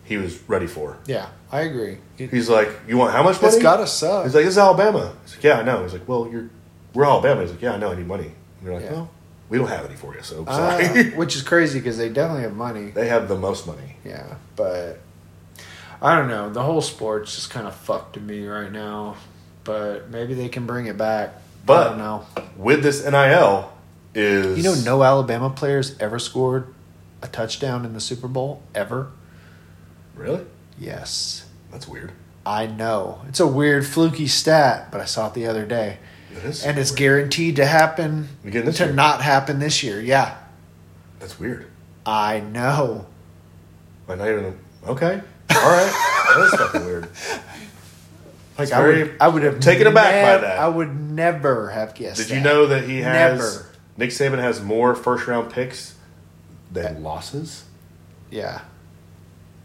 Speaker 1: he was ready for.
Speaker 2: Yeah, I agree. It,
Speaker 1: He's like, "You want how much money?"
Speaker 2: has gotta suck.
Speaker 1: He's like, "This is Alabama." He's like, "Yeah, I know." He's like, "Well, you're we're Alabama." He's like, "Yeah, I know. I need money." And you're like,
Speaker 2: Yeah.
Speaker 1: "Well, we don't have any for you, so
Speaker 2: Ah,
Speaker 1: sorry."
Speaker 2: which is crazy because they definitely have money.
Speaker 1: they have the most money.
Speaker 2: Yeah, but I don't know. The whole sport's just kind of fucked to me right now. But maybe they can bring it back.
Speaker 1: But-
Speaker 2: I don't know.
Speaker 1: With this NIL, is
Speaker 2: You know, no Alabama players ever scored a touchdown in the Super Bowl ever.
Speaker 1: really
Speaker 2: Yes,
Speaker 1: that's weird.
Speaker 2: I know. It's a weird, fluky stat, but I saw it the other day,
Speaker 1: It is
Speaker 2: and it's guaranteed to happen.
Speaker 1: Again this
Speaker 2: to
Speaker 1: year.
Speaker 2: not happen this year. Yeah,
Speaker 1: that's weird.
Speaker 2: I know.
Speaker 1: Like not even okay. All right, that is fucking weird.
Speaker 2: Like
Speaker 1: It's
Speaker 2: I
Speaker 1: very-
Speaker 2: would, I would have
Speaker 1: taken aback by
Speaker 2: nev-
Speaker 1: that.
Speaker 2: I would never have guessed.
Speaker 1: Did you
Speaker 2: that.
Speaker 1: know that he has
Speaker 2: Never.
Speaker 1: Nick Saban has more first round picks than losses?
Speaker 2: Yeah,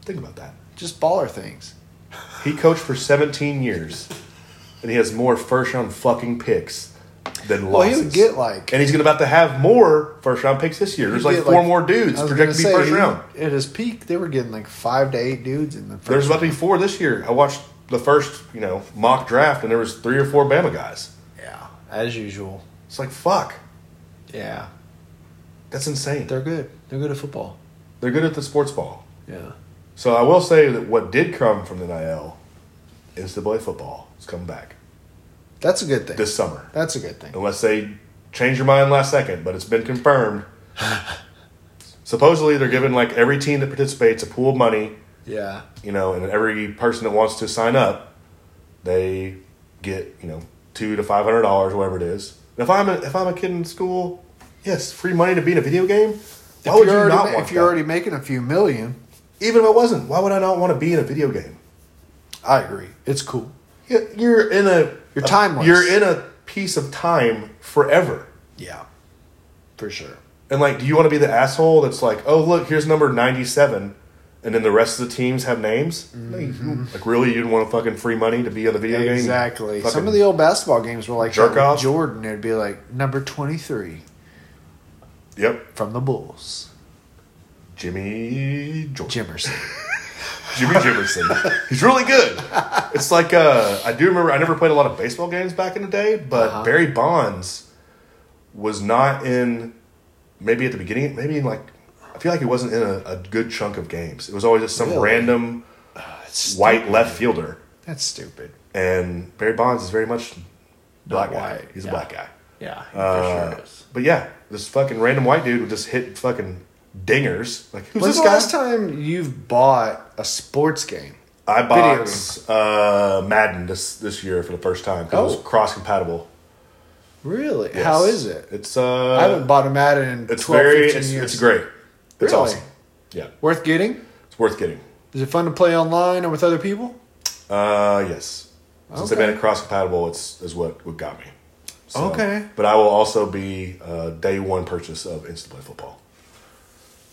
Speaker 1: Think about that.
Speaker 2: just baller things.
Speaker 1: He coached for 17 years, and he has more first round fucking picks than
Speaker 2: Well,
Speaker 1: losses.
Speaker 2: he would get like.
Speaker 1: and he's gonna about to have more first round picks this year. There's
Speaker 2: he'd
Speaker 1: like
Speaker 2: get,
Speaker 1: four more dudes
Speaker 2: I was
Speaker 1: projected to be
Speaker 2: gonna
Speaker 1: first
Speaker 2: say, he-
Speaker 1: round.
Speaker 2: At his peak, they were getting like five to eight dudes in the first.
Speaker 1: There's about to be four this year. I watched the first, you know, mock draft, and there was three or four Bama guys.
Speaker 2: yeah, as usual.
Speaker 1: It's like fuck,
Speaker 2: Yeah,
Speaker 1: that's insane.
Speaker 2: they're good. They're good at football.
Speaker 1: They're good at the sports ball.
Speaker 2: Yeah.
Speaker 1: So I will say that what did come from the NIL, NCAA football is coming back
Speaker 2: That's a good thing.
Speaker 1: this summer.
Speaker 2: That's a good thing.
Speaker 1: Unless they change their mind last second, but it's been confirmed. Supposedly, they're giving like every team that participates a pool of money,
Speaker 2: Yeah.
Speaker 1: you know, and every person that wants to sign up, they get you know two to five hundred dollars, whatever it is. And if I'm a, if I'm a kid in school, yes, free money to be in a video game. Why
Speaker 2: if
Speaker 1: would you
Speaker 2: you're, already,
Speaker 1: not
Speaker 2: ma-
Speaker 1: want
Speaker 2: if you're
Speaker 1: that?
Speaker 2: already making a few million,
Speaker 1: Even if it wasn't, why would I not want to be in a video game?
Speaker 2: I agree. It's cool.
Speaker 1: Yeah, You're in a
Speaker 2: You're
Speaker 1: a-
Speaker 2: timeless.
Speaker 1: You're in a piece of time forever.
Speaker 2: Yeah. For sure.
Speaker 1: And like, do you want to be the asshole that's like, oh look, here's number ninety seven, and then the rest of the teams have names? No, you- Like, really, you didn't want to fucking free money to be on the video game?
Speaker 2: Mm-hmm. Exactly.
Speaker 1: Fucking-
Speaker 2: Some of the old basketball games were like
Speaker 1: Jerk
Speaker 2: that with
Speaker 1: off.
Speaker 2: Jordan. It'd be like number twenty three
Speaker 1: yep,
Speaker 2: from the Bulls,
Speaker 1: Jimmy George,
Speaker 2: Jimerson.
Speaker 1: Jimmy Jimerson. He's really good. It's like uh, I do remember. I never played a lot of baseball games back in the day, but
Speaker 2: Uh-huh.
Speaker 1: Barry Bonds was not in. Maybe at the beginning, maybe in like. I feel like he wasn't in a, a good chunk of games. It was always just some
Speaker 2: Really?
Speaker 1: random
Speaker 2: That's
Speaker 1: white left fielder.
Speaker 2: That's stupid.
Speaker 1: and Barry Bonds is very much black
Speaker 2: Not
Speaker 1: guy.
Speaker 2: white,
Speaker 1: He's
Speaker 2: yeah.
Speaker 1: a black guy.
Speaker 2: Yeah, he
Speaker 1: Uh, But yeah, this fucking random white dude would just hit fucking dingers. Like who's
Speaker 2: When's
Speaker 1: this
Speaker 2: the
Speaker 1: guy?
Speaker 2: last time you've bought a sports game?
Speaker 1: I
Speaker 2: Video
Speaker 1: bought uh, Madden this this year for the first time 'cause it
Speaker 2: Oh.
Speaker 1: was cross compatible.
Speaker 2: Really? How is it?
Speaker 1: It's
Speaker 2: I haven't
Speaker 1: uh,
Speaker 2: bought a Madden in
Speaker 1: it's
Speaker 2: 12,
Speaker 1: very
Speaker 2: 15
Speaker 1: it's,
Speaker 2: years.
Speaker 1: it's great. It's
Speaker 2: Really?
Speaker 1: awesome. Yeah,
Speaker 2: Worth getting?
Speaker 1: it's worth getting.
Speaker 2: Is it fun to play online or with other people?
Speaker 1: Uh, yes. Since they
Speaker 2: Okay.
Speaker 1: made it cross compatible, it's is what what got me. So-
Speaker 2: Okay.
Speaker 1: But I will also be uh, day one purchase of Instaplay Football.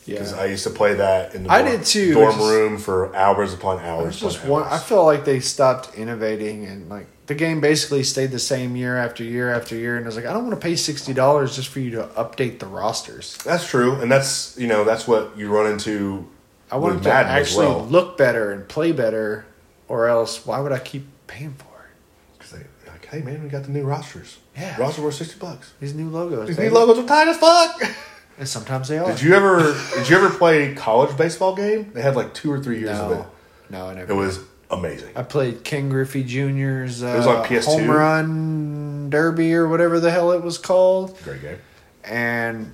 Speaker 1: Because I used to play that in the
Speaker 2: I
Speaker 1: dorm,
Speaker 2: did too,
Speaker 1: dorm
Speaker 2: it's just-
Speaker 1: room for hours upon hours.
Speaker 2: There's just
Speaker 1: upon
Speaker 2: one. I
Speaker 1: hours.
Speaker 2: feel like they stopped innovating and like the game basically stayed the same year after year after year. And I was like, I don't want to pay sixty dollars just for you to update the rosters.
Speaker 1: That's true, and that's you know that's what you run into.
Speaker 2: I want it
Speaker 1: with
Speaker 2: to
Speaker 1: Madden as
Speaker 2: actually
Speaker 1: well.
Speaker 2: look better and play better, or else why would I keep paying for it?
Speaker 1: 'Cause they like, hey man, we got the new rosters.
Speaker 2: Yeah.
Speaker 1: rosters were sixty bucks.
Speaker 2: These new logos,
Speaker 1: These
Speaker 2: they-
Speaker 1: new logos are tight as fuck.
Speaker 2: and sometimes they are.
Speaker 1: did you ever did you ever play college baseball game? They had like two or three years of it.
Speaker 2: No, no, I never.
Speaker 1: It was amazing.
Speaker 2: I played Ken Griffey Jr.'s uh,
Speaker 1: was on PS2.
Speaker 2: home run derby or whatever the hell it was called.
Speaker 1: Great game.
Speaker 2: and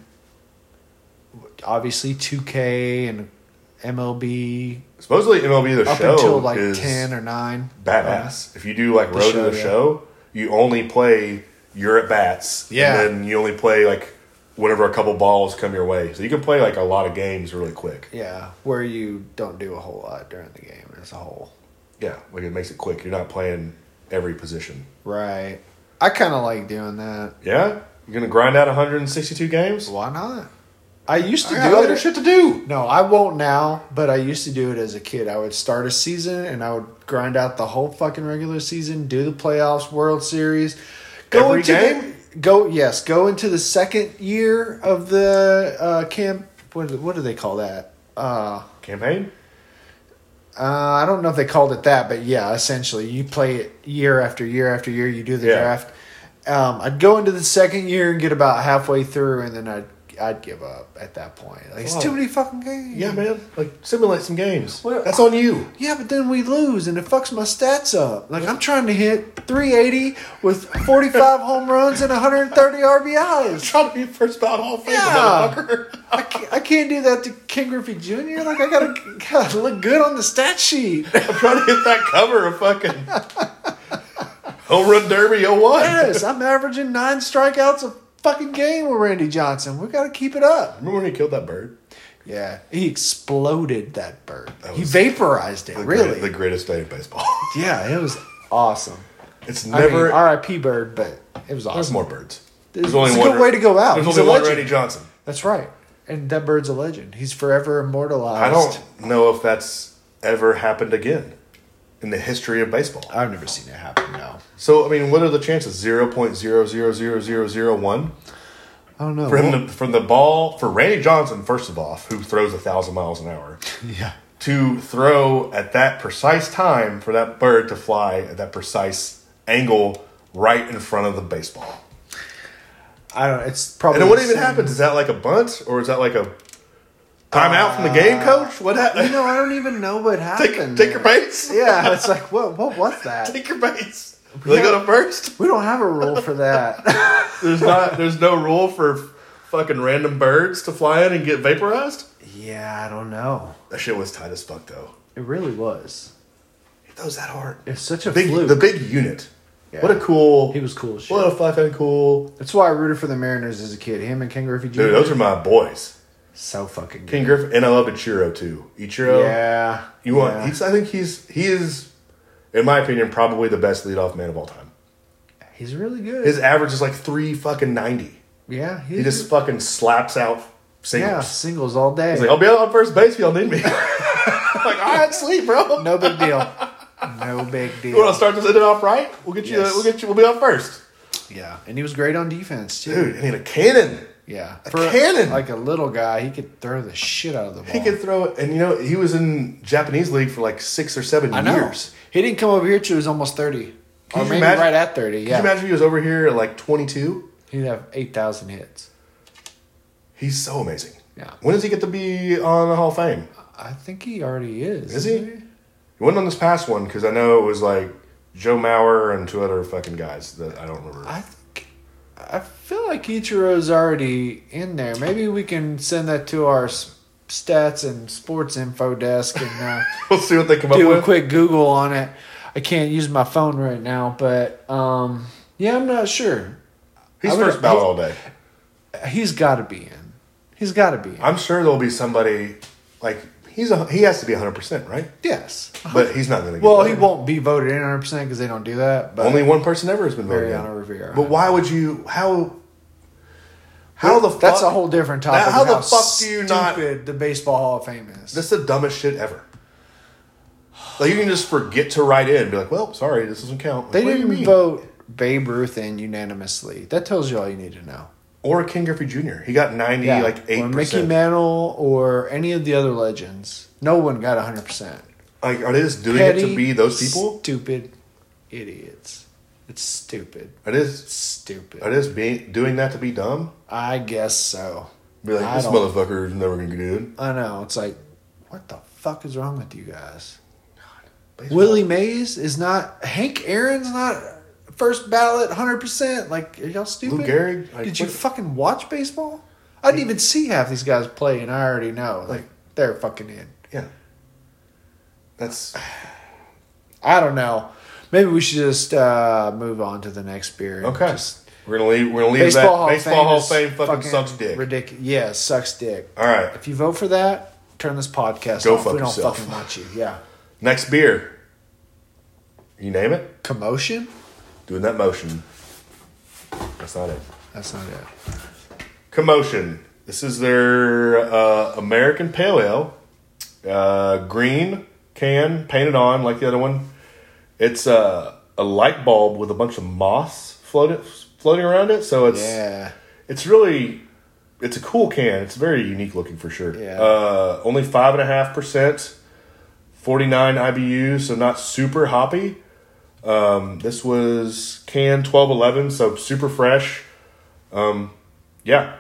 Speaker 2: obviously 2K and MLB
Speaker 1: Supposedly MLB the
Speaker 2: up
Speaker 1: show
Speaker 2: until like
Speaker 1: is
Speaker 2: 10 or 9.
Speaker 1: badass. if you do like road
Speaker 2: show,
Speaker 1: to the
Speaker 2: yeah.
Speaker 1: show, you only play your at bats.
Speaker 2: Yeah.
Speaker 1: And then you only play like whenever a couple balls come your way. So you can play like a lot of games really quick.
Speaker 2: Yeah, where you don't do a whole lot during the game as a whole.
Speaker 1: Yeah. Like it makes it quick. You're not playing every position.
Speaker 2: Right. I kind of like doing that.
Speaker 1: Yeah? You're gonna grind out 162 games?
Speaker 2: Why not? I used to
Speaker 1: I got
Speaker 2: do
Speaker 1: other
Speaker 2: it.
Speaker 1: shit to do.
Speaker 2: No, I won't now, but I used to do it as a kid. I would start a season and I would grind out the whole fucking regular season, do the playoffs, World Series, go
Speaker 1: Every
Speaker 2: into
Speaker 1: game?
Speaker 2: the- go yes, go into the second year of the uh, camp. What what do they call that? Uh,
Speaker 1: Campaign?
Speaker 2: uh, I don't know if they called it that, but yeah, essentially, you play it year after year after year. You do the
Speaker 1: Yeah.
Speaker 2: draft. Um, I'd go into the second year and get about halfway through, and then I'd I'd give up at that point. Like it's
Speaker 1: Oh.
Speaker 2: too many fucking games.
Speaker 1: Yeah, man. Like simulate some games.
Speaker 2: Well-
Speaker 1: That's on you.
Speaker 2: Yeah, but then we lose, and it fucks my stats up. Like I'm trying to hit 380 with 45 home runs and 130 RBIs.
Speaker 1: Trying to be first bout Hall of Famer,
Speaker 2: Yeah.
Speaker 1: motherfucker.
Speaker 2: I can't, I can't do that to Ken Griffey Jr. Like I gotta, gotta look good on the stat sheet.
Speaker 1: I'm trying to hit that cover of fucking Home Run Derby 01.
Speaker 2: Yes, I'm averaging nine strikeouts a fucking game with Randy Johnson. We gotta keep it up.
Speaker 1: Remember when he killed that bird?
Speaker 2: Yeah, he exploded that bird. he
Speaker 1: was
Speaker 2: vaporized it.
Speaker 1: The
Speaker 2: really?
Speaker 1: great- the greatest day in baseball.
Speaker 2: yeah, it was awesome.
Speaker 1: It's
Speaker 2: I mean,
Speaker 1: never.
Speaker 2: R.I.P. Bird, but it was
Speaker 1: there's
Speaker 2: awesome.
Speaker 1: more birds.
Speaker 2: It's- it's a good way to go out.
Speaker 1: There's
Speaker 2: He's
Speaker 1: only
Speaker 2: a
Speaker 1: one
Speaker 2: legend.
Speaker 1: Randy Johnson.
Speaker 2: That's right. And that bird's a legend. He's forever immortalized.
Speaker 1: I don't know if that's ever happened again in the history of baseball.
Speaker 2: I've never seen it happen. No.
Speaker 1: So I mean, what are the chances? Zero point zero zero zero zero zero one
Speaker 2: I don't know.
Speaker 1: from the from the ball for Randy Johnson first of all, who throws a thousand miles an hour,
Speaker 2: yeah.
Speaker 1: to throw at that precise time for that bird to fly at that precise angle right in front of the baseball.
Speaker 2: I don't. It's probably.
Speaker 1: And what even
Speaker 2: the same-
Speaker 1: happens? Is that like a bunt or is that like a timeout from the game, coach? What
Speaker 2: You
Speaker 1: happened?
Speaker 2: know, I don't even know what happened.
Speaker 1: Take, take your
Speaker 2: there.
Speaker 1: base.
Speaker 2: Yeah, it's like what? What was that?
Speaker 1: Take your base. Really go to first.
Speaker 2: We don't have a rule for that.
Speaker 1: There's not. There's no rule for fucking random birds to fly in and get vaporized.
Speaker 2: yeah, I don't know.
Speaker 1: That shit was tight as fuck though.
Speaker 2: It really was.
Speaker 1: It goes that hard.
Speaker 2: It's such a
Speaker 1: Big,
Speaker 2: fluke.
Speaker 1: the big unit.
Speaker 2: Yeah.
Speaker 1: What a cool.
Speaker 2: He was cool as shit.
Speaker 1: What a fucking cool.
Speaker 2: That's why I rooted for the Mariners as a kid. Him and Ken Griffey Jr.
Speaker 1: Dude, those are my boys.
Speaker 2: so fucking good.
Speaker 1: King Griffin and I love Ichiro too. Ichiro.
Speaker 2: Yeah.
Speaker 1: You want?
Speaker 2: Yeah.
Speaker 1: He's. I think he's. He is, in my opinion, probably the best leadoff man of all time.
Speaker 2: He's really good.
Speaker 1: His average is like three fucking ninety.
Speaker 2: yeah. He's,
Speaker 1: He just fucking slaps out singles.
Speaker 2: yeah singles all day.
Speaker 1: He's like, I'll be out on first base if y'all need me. I'm like, all right, sleep, bro.
Speaker 2: no big deal. No big
Speaker 1: You want
Speaker 2: deal.
Speaker 1: to start this ending off right? We'll get you.
Speaker 2: Yes.
Speaker 1: We'll get you. We'll be up first,
Speaker 2: Yeah, and he was great on defense too.
Speaker 1: dude. I mean, a cannon.
Speaker 2: Yeah, a
Speaker 1: cannon.
Speaker 2: like a little guy, he could throw the shit out of the ball.
Speaker 1: He could throw it, and you know he was in Japanese league for like six or seven
Speaker 2: I know.
Speaker 1: years.
Speaker 2: He didn't come over here till he was almost thirty,
Speaker 1: Can
Speaker 2: or
Speaker 1: you
Speaker 2: maybe
Speaker 1: imagine-
Speaker 2: right at thirty.
Speaker 1: Could you
Speaker 2: Yeah,
Speaker 1: imagine if he was over here at like 22?
Speaker 2: he'd have eight thousand hits.
Speaker 1: He's so amazing.
Speaker 2: Yeah.
Speaker 1: When does he get to be on the Hall of Fame?
Speaker 2: I think he already is.
Speaker 1: Is he? He wasn't on this past one because I know it was like Joe Mauer and two other fucking guys that I don't remember.
Speaker 2: I think. I feel like Ichiro's already in there. Maybe we can send that to our s- stats and sports info desk and uh,
Speaker 1: we'll see what they come up
Speaker 2: do a
Speaker 1: with.
Speaker 2: quick Google on it. I can't use my phone right now, but um, yeah, I'm not sure.
Speaker 1: He's
Speaker 2: I would-
Speaker 1: first ballot all day.
Speaker 2: He's got to be in. He's got to be in.
Speaker 1: I'm sure there'll be somebody like he's a, he has to be 100 percent right,
Speaker 2: Yes.
Speaker 1: but he's not going to.
Speaker 2: Well, he won't be voted in 100 percent because they don't do that. But
Speaker 1: Only one person ever has been voted in.
Speaker 2: Mariano Rivera.
Speaker 1: But why would you? How? How the?
Speaker 2: that's
Speaker 1: fuck-
Speaker 2: a whole different topic.
Speaker 1: Now, how the fuck do you not-
Speaker 2: stupid The baseball Hall of Fame is.
Speaker 1: That's the dumbest shit ever. Like you can just forget to write in, and be like, "Well, sorry, this doesn't count." Like,
Speaker 2: they
Speaker 1: what do you
Speaker 2: didn't
Speaker 1: mean?
Speaker 2: vote Babe Ruth in unanimously. That tells you all you need to know.
Speaker 1: Or King Griffey Jr. He got ninety, like
Speaker 2: or
Speaker 1: eight
Speaker 2: Mickey
Speaker 1: percent.
Speaker 2: Mantle or any of the other legends. No one got 100 percent.
Speaker 1: Like, are they just doing it to be those people?
Speaker 2: Stupid idiots. It's stupid.
Speaker 1: Are they just,
Speaker 2: Stupid.
Speaker 1: are they just being, doing that to be dumb?
Speaker 2: I guess so.
Speaker 1: Be like,
Speaker 2: I
Speaker 1: this
Speaker 2: don't-
Speaker 1: motherfucker is never gonna get in.
Speaker 2: I know. It's like, what the fuck is wrong with you guys?
Speaker 1: Baseball.
Speaker 2: Willie Mays is not. Hank Aaron's not first ballot, hundred percent. Like, are y'all stupid?
Speaker 1: Lou Gehrig, like,
Speaker 2: Did you
Speaker 1: what-
Speaker 2: fucking watch baseball? I didn't even see half these guys play, and I already know. Like, they're fucking in.
Speaker 1: Yeah. That's
Speaker 2: I don't know. Maybe we should just uh, move on to the next beer. and
Speaker 1: okay.
Speaker 2: just-
Speaker 1: we're gonna leave. We're gonna leave
Speaker 2: baseball Hall
Speaker 1: that.
Speaker 2: of
Speaker 1: Baseball Hall of
Speaker 2: is
Speaker 1: Fame fucking, sucks dick.
Speaker 2: Ridiculous. Yeah, sucks dick.
Speaker 1: All right.
Speaker 2: If you vote for that, turn this podcast
Speaker 1: Go
Speaker 2: off.
Speaker 1: fuck
Speaker 2: we don't
Speaker 1: yourself.
Speaker 2: fucking want you. Yeah.
Speaker 1: Next beer. You name it.
Speaker 2: Commotion?
Speaker 1: Doing that motion. That's not it.
Speaker 2: That's not it.
Speaker 1: Commotion. This is their uh, American Pale Ale, uh, green can painted on like the other one. It's uh, a light bulb with a bunch of moss floating floating around it, so it's
Speaker 2: Yeah.
Speaker 1: it's really it's a cool can. It's very unique looking for sure.
Speaker 2: Yeah.
Speaker 1: Uh, only five and a half percent, forty nine IBU, so not super hoppy. Um, this was can twelve eleven, so super fresh. Um, yeah,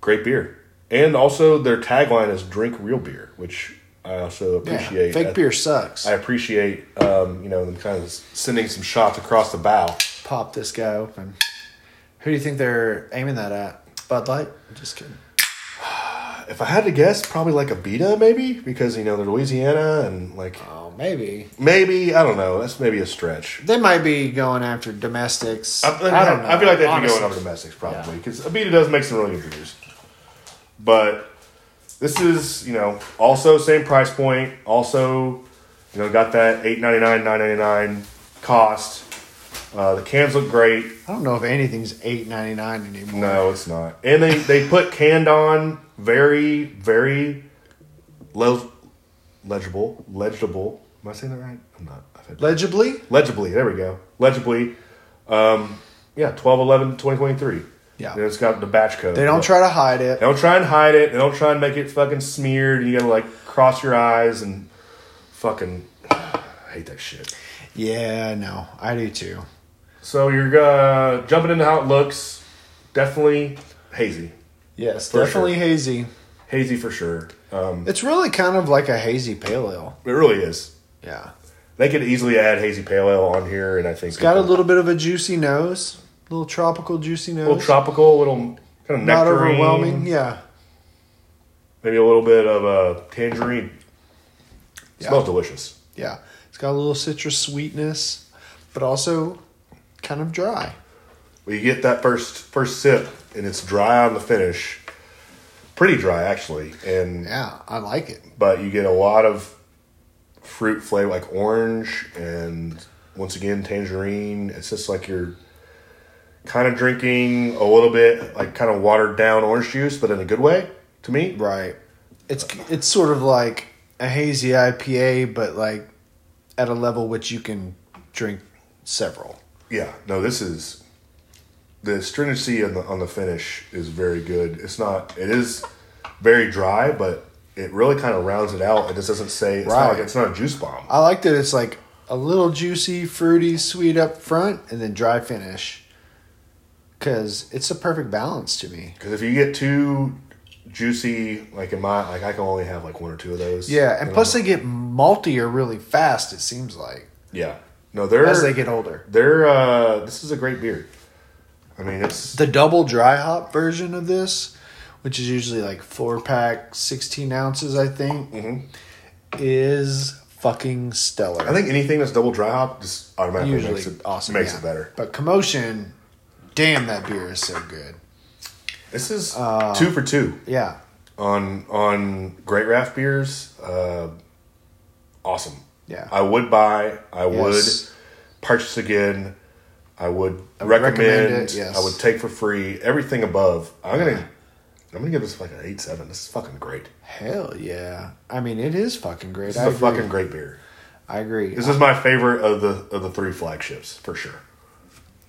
Speaker 1: great beer. And also their tagline is "Drink real beer," which I also
Speaker 2: Yeah.
Speaker 1: appreciate.
Speaker 2: Fake
Speaker 1: I-
Speaker 2: beer sucks.
Speaker 1: I appreciate um, you know them kind of sending some shots across the bow.
Speaker 2: Pop this guy open. Who do you think they're aiming that at? Bud Light? Just kidding.
Speaker 1: If I had to guess, probably like a Beta, maybe because you know they're Louisiana and like
Speaker 2: Oh, maybe
Speaker 1: maybe I don't know. That's maybe a stretch.
Speaker 2: they might be going after domestics.
Speaker 1: I,
Speaker 2: I, don't know.
Speaker 1: I feel like they'd be
Speaker 2: Honestly.
Speaker 1: going over domestics probably because a Beta does make some really good beers. But this is you know also same price point. Also, you know got that eight ninety nine nine ninety nine cost. Uh, the cans look great.
Speaker 2: I don't know if anything's eight ninety nine anymore.
Speaker 1: No, it's not. And they they put canned on very very le- legible legible. Am I saying that right? I'm not. I've had-
Speaker 2: Legibly?
Speaker 1: legibly. There we go. Legibly. Um, yeah, 12, 11, 2023.
Speaker 2: Yeah.
Speaker 1: And it's got the batch code.
Speaker 2: They don't try to hide it.
Speaker 1: They don't try and hide it. They don't try and make it fucking smeared. You gotta like cross your eyes and fucking. I hate that shit.
Speaker 2: Yeah, no, I do too.
Speaker 1: So you're uh, jumping into how it looks. Definitely hazy.
Speaker 2: Yes,
Speaker 1: For
Speaker 2: definitely
Speaker 1: sure.
Speaker 2: hazy.
Speaker 1: Hazy for sure. Um,
Speaker 2: It's really kind of like a hazy pale ale.
Speaker 1: It really is.
Speaker 2: Yeah,
Speaker 1: They could easily add hazy pale ale on here, and I think
Speaker 2: it's got a little bit of a juicy nose, a little tropical juicy nose,
Speaker 1: little tropical, little kind of nectarine,
Speaker 2: not overwhelming. Yeah,
Speaker 1: Maybe a little bit of a tangerine.
Speaker 2: Yeah.
Speaker 1: Smells delicious.
Speaker 2: yeah, it's got a little citrus sweetness, but also kind of dry.
Speaker 1: Well, you get that first first sip, and it's dry on the finish, pretty dry actually, and
Speaker 2: Yeah, I like it.
Speaker 1: but you get a lot of fruit flavor like orange and once again tangerine it's just like you're kind of drinking a little bit like kind of watered down orange juice but in a good way to me
Speaker 2: Right. It's it's sort of like a hazy IPA, but like at a level which you can drink several.
Speaker 1: Yeah, no, this is the stringency on the on the finish is very good. It's not it is very dry, but it really kind of rounds it out. It just doesn't say it's not
Speaker 2: Right.
Speaker 1: like it's not a juice bomb.
Speaker 2: I like that it's like a little juicy, fruity, sweet up front, and then dry finish. Cause it's a perfect balance to me.
Speaker 1: Because if you get too juicy, like in my like I can only have like one or two of those. Um,
Speaker 2: Yeah, and
Speaker 1: you
Speaker 2: plus
Speaker 1: know?
Speaker 2: they get maltier really fast. It seems like
Speaker 1: yeah, no, they're
Speaker 2: as they get older.
Speaker 1: they're uh, this is a great beer. I mean, it's
Speaker 2: The double dry hop version of this, which is usually like four pack, sixteen ounces, I think, is fucking stellar.
Speaker 1: mm-hmm. I think anything that's double dry hop just automatically
Speaker 2: usually
Speaker 1: makes it
Speaker 2: awesome
Speaker 1: makes
Speaker 2: yeah.
Speaker 1: it better.
Speaker 2: But commotion, damn, that beer is so good.
Speaker 1: This is
Speaker 2: Uh,
Speaker 1: two for two.
Speaker 2: Yeah,
Speaker 1: on on great raft beers uh awesome
Speaker 2: Yeah.
Speaker 1: i would buy i
Speaker 2: Yes.
Speaker 1: would purchase again i would
Speaker 2: would
Speaker 1: recommend,
Speaker 2: recommend it, yes.
Speaker 1: i would take for free everything above i'm gonna i'm gonna give this like an 8-7 this is fucking great
Speaker 2: hell yeah. I mean, it is fucking great.
Speaker 1: this
Speaker 2: I
Speaker 1: is a
Speaker 2: agree.
Speaker 1: fucking great beer
Speaker 2: I agree.
Speaker 1: this is my favorite of the of the three flagships for sure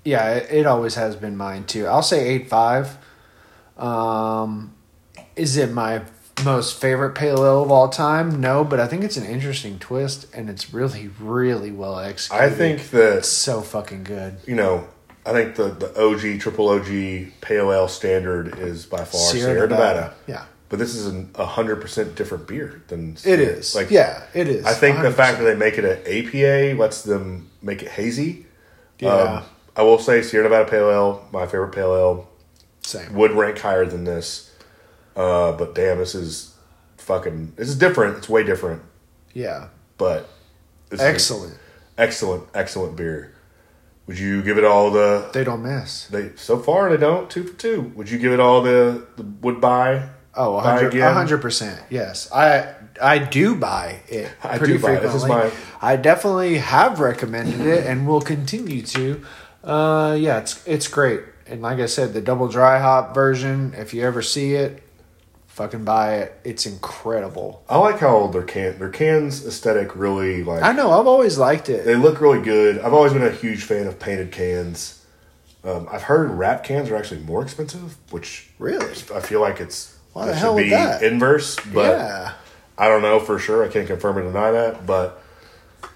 Speaker 2: yeah, it, it always has been mine too. I'll say eight five. Um, is it my most favorite pale ale of all time? No, but I think it's an interesting twist, and it's really, really well executed.
Speaker 1: i think that
Speaker 2: it's so fucking good.
Speaker 1: you know i think the the og triple og pale ale standard is by far sierra, nevada
Speaker 2: Yeah,
Speaker 1: But this is an- a hundred percent different beer than
Speaker 2: it is.
Speaker 1: Like,
Speaker 2: yeah, it is.
Speaker 1: I think the
Speaker 2: 100%.
Speaker 1: fact that they make it an APA lets them make it hazy.
Speaker 2: yeah,
Speaker 1: Um, I will say Sierra Nevada Pale Ale, my favorite pale ale,
Speaker 2: same.
Speaker 1: would rank higher than this. Uh, but damn, this is fucking. This is different. It's way different,
Speaker 2: yeah,
Speaker 1: but this is an
Speaker 2: excellent.
Speaker 1: excellent, excellent beer. Would you give it all the?
Speaker 2: They don't miss.
Speaker 1: They so far they don't two for two. Would you give it all the, the would buy?
Speaker 2: Oh,
Speaker 1: Buy
Speaker 2: 100
Speaker 1: again?
Speaker 2: percent. Yes, I I do buy it
Speaker 1: I
Speaker 2: pretty
Speaker 1: do buy it.
Speaker 2: frequently.
Speaker 1: This is
Speaker 2: I definitely have recommended it and will continue to. Uh, yeah, it's it's great. And like I said, the double dry hop version. If you ever see it, Fucking buy it. It's incredible.
Speaker 1: I like how their can their cans aesthetic really like.
Speaker 2: I know. I've always liked it.
Speaker 1: They look really good. I've always been a huge fan of painted cans. Um, I've heard wrap cans are actually more expensive, which
Speaker 2: Really?
Speaker 1: I feel like it's
Speaker 2: Why
Speaker 1: that
Speaker 2: the hell would that?
Speaker 1: inverse. But
Speaker 2: yeah.
Speaker 1: I don't know for sure. I can't confirm or deny that, but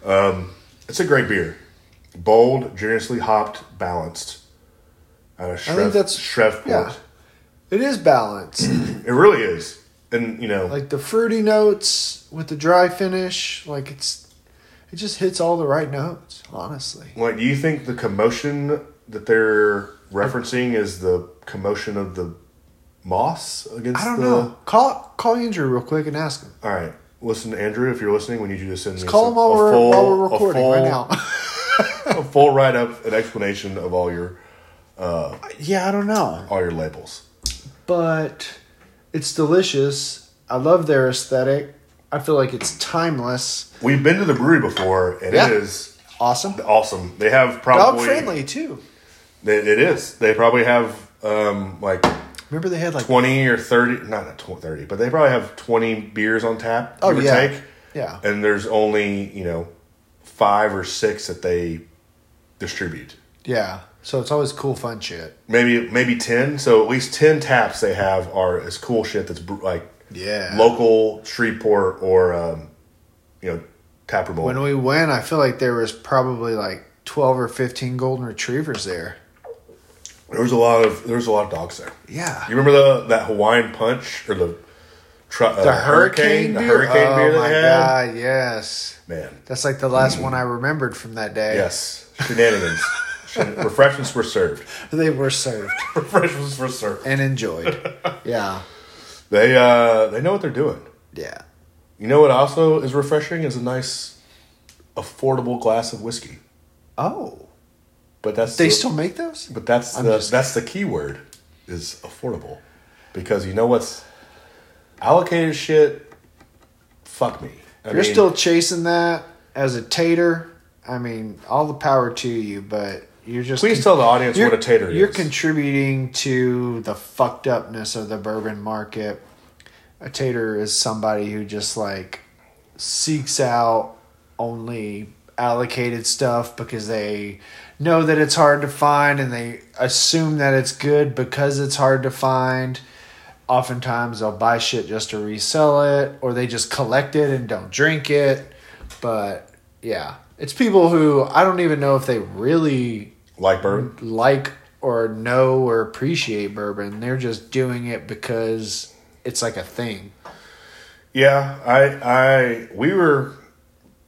Speaker 1: um, it's a great beer. Bold, generously hopped, balanced. Out of Shrev-
Speaker 2: that's-
Speaker 1: Shreveport.
Speaker 2: It is balanced.
Speaker 1: It really is, and you know,
Speaker 2: like the fruity notes with the dry finish. Like it's, it just hits all the right notes. Honestly.
Speaker 1: Like, do you think the commotion that they're referencing is the commotion of the moss against
Speaker 2: I don't
Speaker 1: the?
Speaker 2: know. Call call Andrew real quick and ask him.
Speaker 1: All right, listen, Andrew, if you're listening, we need you to send me
Speaker 2: Call
Speaker 1: some-
Speaker 2: him while
Speaker 1: a
Speaker 2: we're
Speaker 1: full-
Speaker 2: while we're
Speaker 1: a
Speaker 2: recording
Speaker 1: full-
Speaker 2: right now.
Speaker 1: a full write up, an explanation of all your
Speaker 2: yeah, I don't know,
Speaker 1: all your labels.
Speaker 2: but it's delicious. I love their aesthetic. I feel like it's timeless.
Speaker 1: We've been to the brewery before, and
Speaker 2: Yeah.
Speaker 1: it is
Speaker 2: Awesome.
Speaker 1: awesome. They have probably
Speaker 2: Dog friendly too.
Speaker 1: It, it is. They probably have um like
Speaker 2: Remember they had like
Speaker 1: twenty or thirty, not tw- thirty, but they probably have twenty beers on tap.
Speaker 2: Oh,
Speaker 1: give or
Speaker 2: yeah.
Speaker 1: take.
Speaker 2: yeah.
Speaker 1: and there's only you know five or six that they distribute
Speaker 2: Yeah. So it's always cool, fun shit.
Speaker 1: maybe maybe 10 so at least 10 taps they have are is cool shit that's br- like
Speaker 2: Yeah.
Speaker 1: local shreveport or um, you know taproom
Speaker 2: When we went, I feel like there was probably like twelve or fifteen golden retrievers there.
Speaker 1: there was a lot of there was a lot of dogs there
Speaker 2: Yeah.
Speaker 1: you remember the that hawaiian punch or the tru- uh,
Speaker 2: The hurricane,
Speaker 1: the
Speaker 2: beer.
Speaker 1: hurricane
Speaker 2: oh
Speaker 1: beer that
Speaker 2: my
Speaker 1: they had
Speaker 2: god! Yes,
Speaker 1: man
Speaker 2: that's like the last one I remembered from that day.
Speaker 1: yes shenanigans Shen- refreshments were served
Speaker 2: they were served
Speaker 1: refreshments were served
Speaker 2: and enjoyed. yeah,
Speaker 1: they uh they know what they're doing
Speaker 2: yeah.
Speaker 1: You know what also is refreshing is a nice, affordable glass of whiskey.
Speaker 2: Oh,
Speaker 1: But that's
Speaker 2: they
Speaker 1: the,
Speaker 2: still make those?
Speaker 1: But that's
Speaker 2: I'm
Speaker 1: the
Speaker 2: just-
Speaker 1: that's the key word is affordable, because you know what's allocated shit. Fuck me. I
Speaker 2: You're
Speaker 1: mean,
Speaker 2: still chasing that as a tater. I mean, all the power to you, but you're just
Speaker 1: Please tell the audience
Speaker 2: you're-
Speaker 1: what a tater is.
Speaker 2: You're contributing to the fucked upness of the bourbon market. A tater is somebody who just like seeks out only allocated stuff because they know that it's hard to find and they assume that it's good because it's hard to find. Oftentimes they'll buy shit just to resell it or they just collect it and don't drink it. But yeah, it's people who I don't even know if they really
Speaker 1: like bourbon.
Speaker 2: like or know or appreciate bourbon. They're just doing it because it's like a thing.
Speaker 1: Yeah, I I we were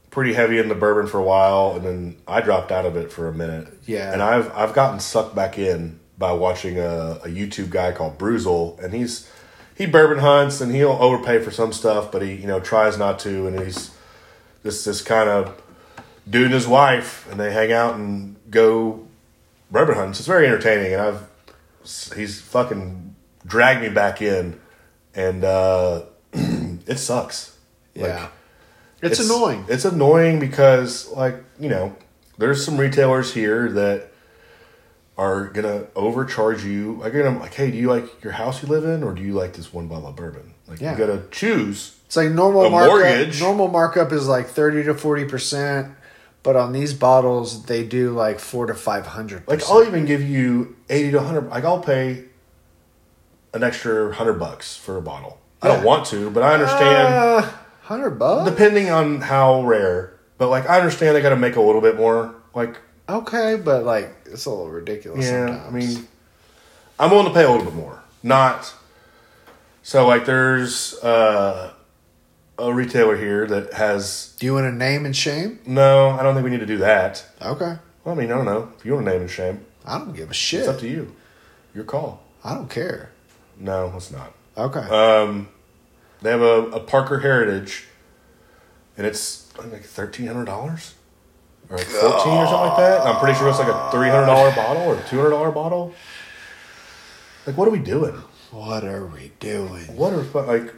Speaker 1: pretty heavy in the bourbon for a while, and then I dropped out of it for a minute.
Speaker 2: Yeah.
Speaker 1: and I've I've gotten sucked back in by watching a, a YouTube guy called Bruzel, and he's he bourbon hunts and he'll overpay for some stuff, but he you know tries not to, and he's this this kind of dude and his wife, and they hang out and go bourbon hunts. It's very entertaining, and I've he's fucking dragged me back in, and uh, it sucks. Like,
Speaker 2: yeah. It's, annoying.
Speaker 1: It's annoying because, like, you know, there's some retailers here that are gonna overcharge you. Like, I'm like, hey, do you like your house you live in, or do you like this one bottle of bourbon? Like,
Speaker 2: Yeah.
Speaker 1: you gotta choose.
Speaker 2: It's like normal
Speaker 1: a
Speaker 2: markup.
Speaker 1: mortgage.
Speaker 2: Normal markup is like 30 to 40%, but on these bottles they do like 4 to 500%.
Speaker 1: Like, I'll even give you eighty to hundred. Like, I'll pay an extra hundred bucks for a bottle. I don't
Speaker 2: Yeah.
Speaker 1: want to, but I understand.
Speaker 2: Uh, 100 bucks?
Speaker 1: depending on how rare, but like, I understand I gotta make a little bit more. Like,
Speaker 2: okay, but like it's a little ridiculous
Speaker 1: Yeah,
Speaker 2: sometimes.
Speaker 1: I mean, I'm willing to pay a little bit more. Not so like there's uh, a retailer here that has
Speaker 2: do you want to name and shame?
Speaker 1: no. I don't think we need to do that.
Speaker 2: Okay.
Speaker 1: Well, I mean, I don't know if you want to name and shame.
Speaker 2: I don't give a
Speaker 1: It's up
Speaker 2: shit.
Speaker 1: to you. Your call.
Speaker 2: I don't care.
Speaker 1: No, it's not.
Speaker 2: Okay.
Speaker 1: Uh, They have a, a Parker Heritage, and it's I think, like thirteen hundred dollars. Or like fourteen or something like that. And I'm pretty sure it's like a three hundred dollar bottle or two hundred dollar bottle. Like, what are we doing?
Speaker 2: what are we doing?
Speaker 1: What are fu- like,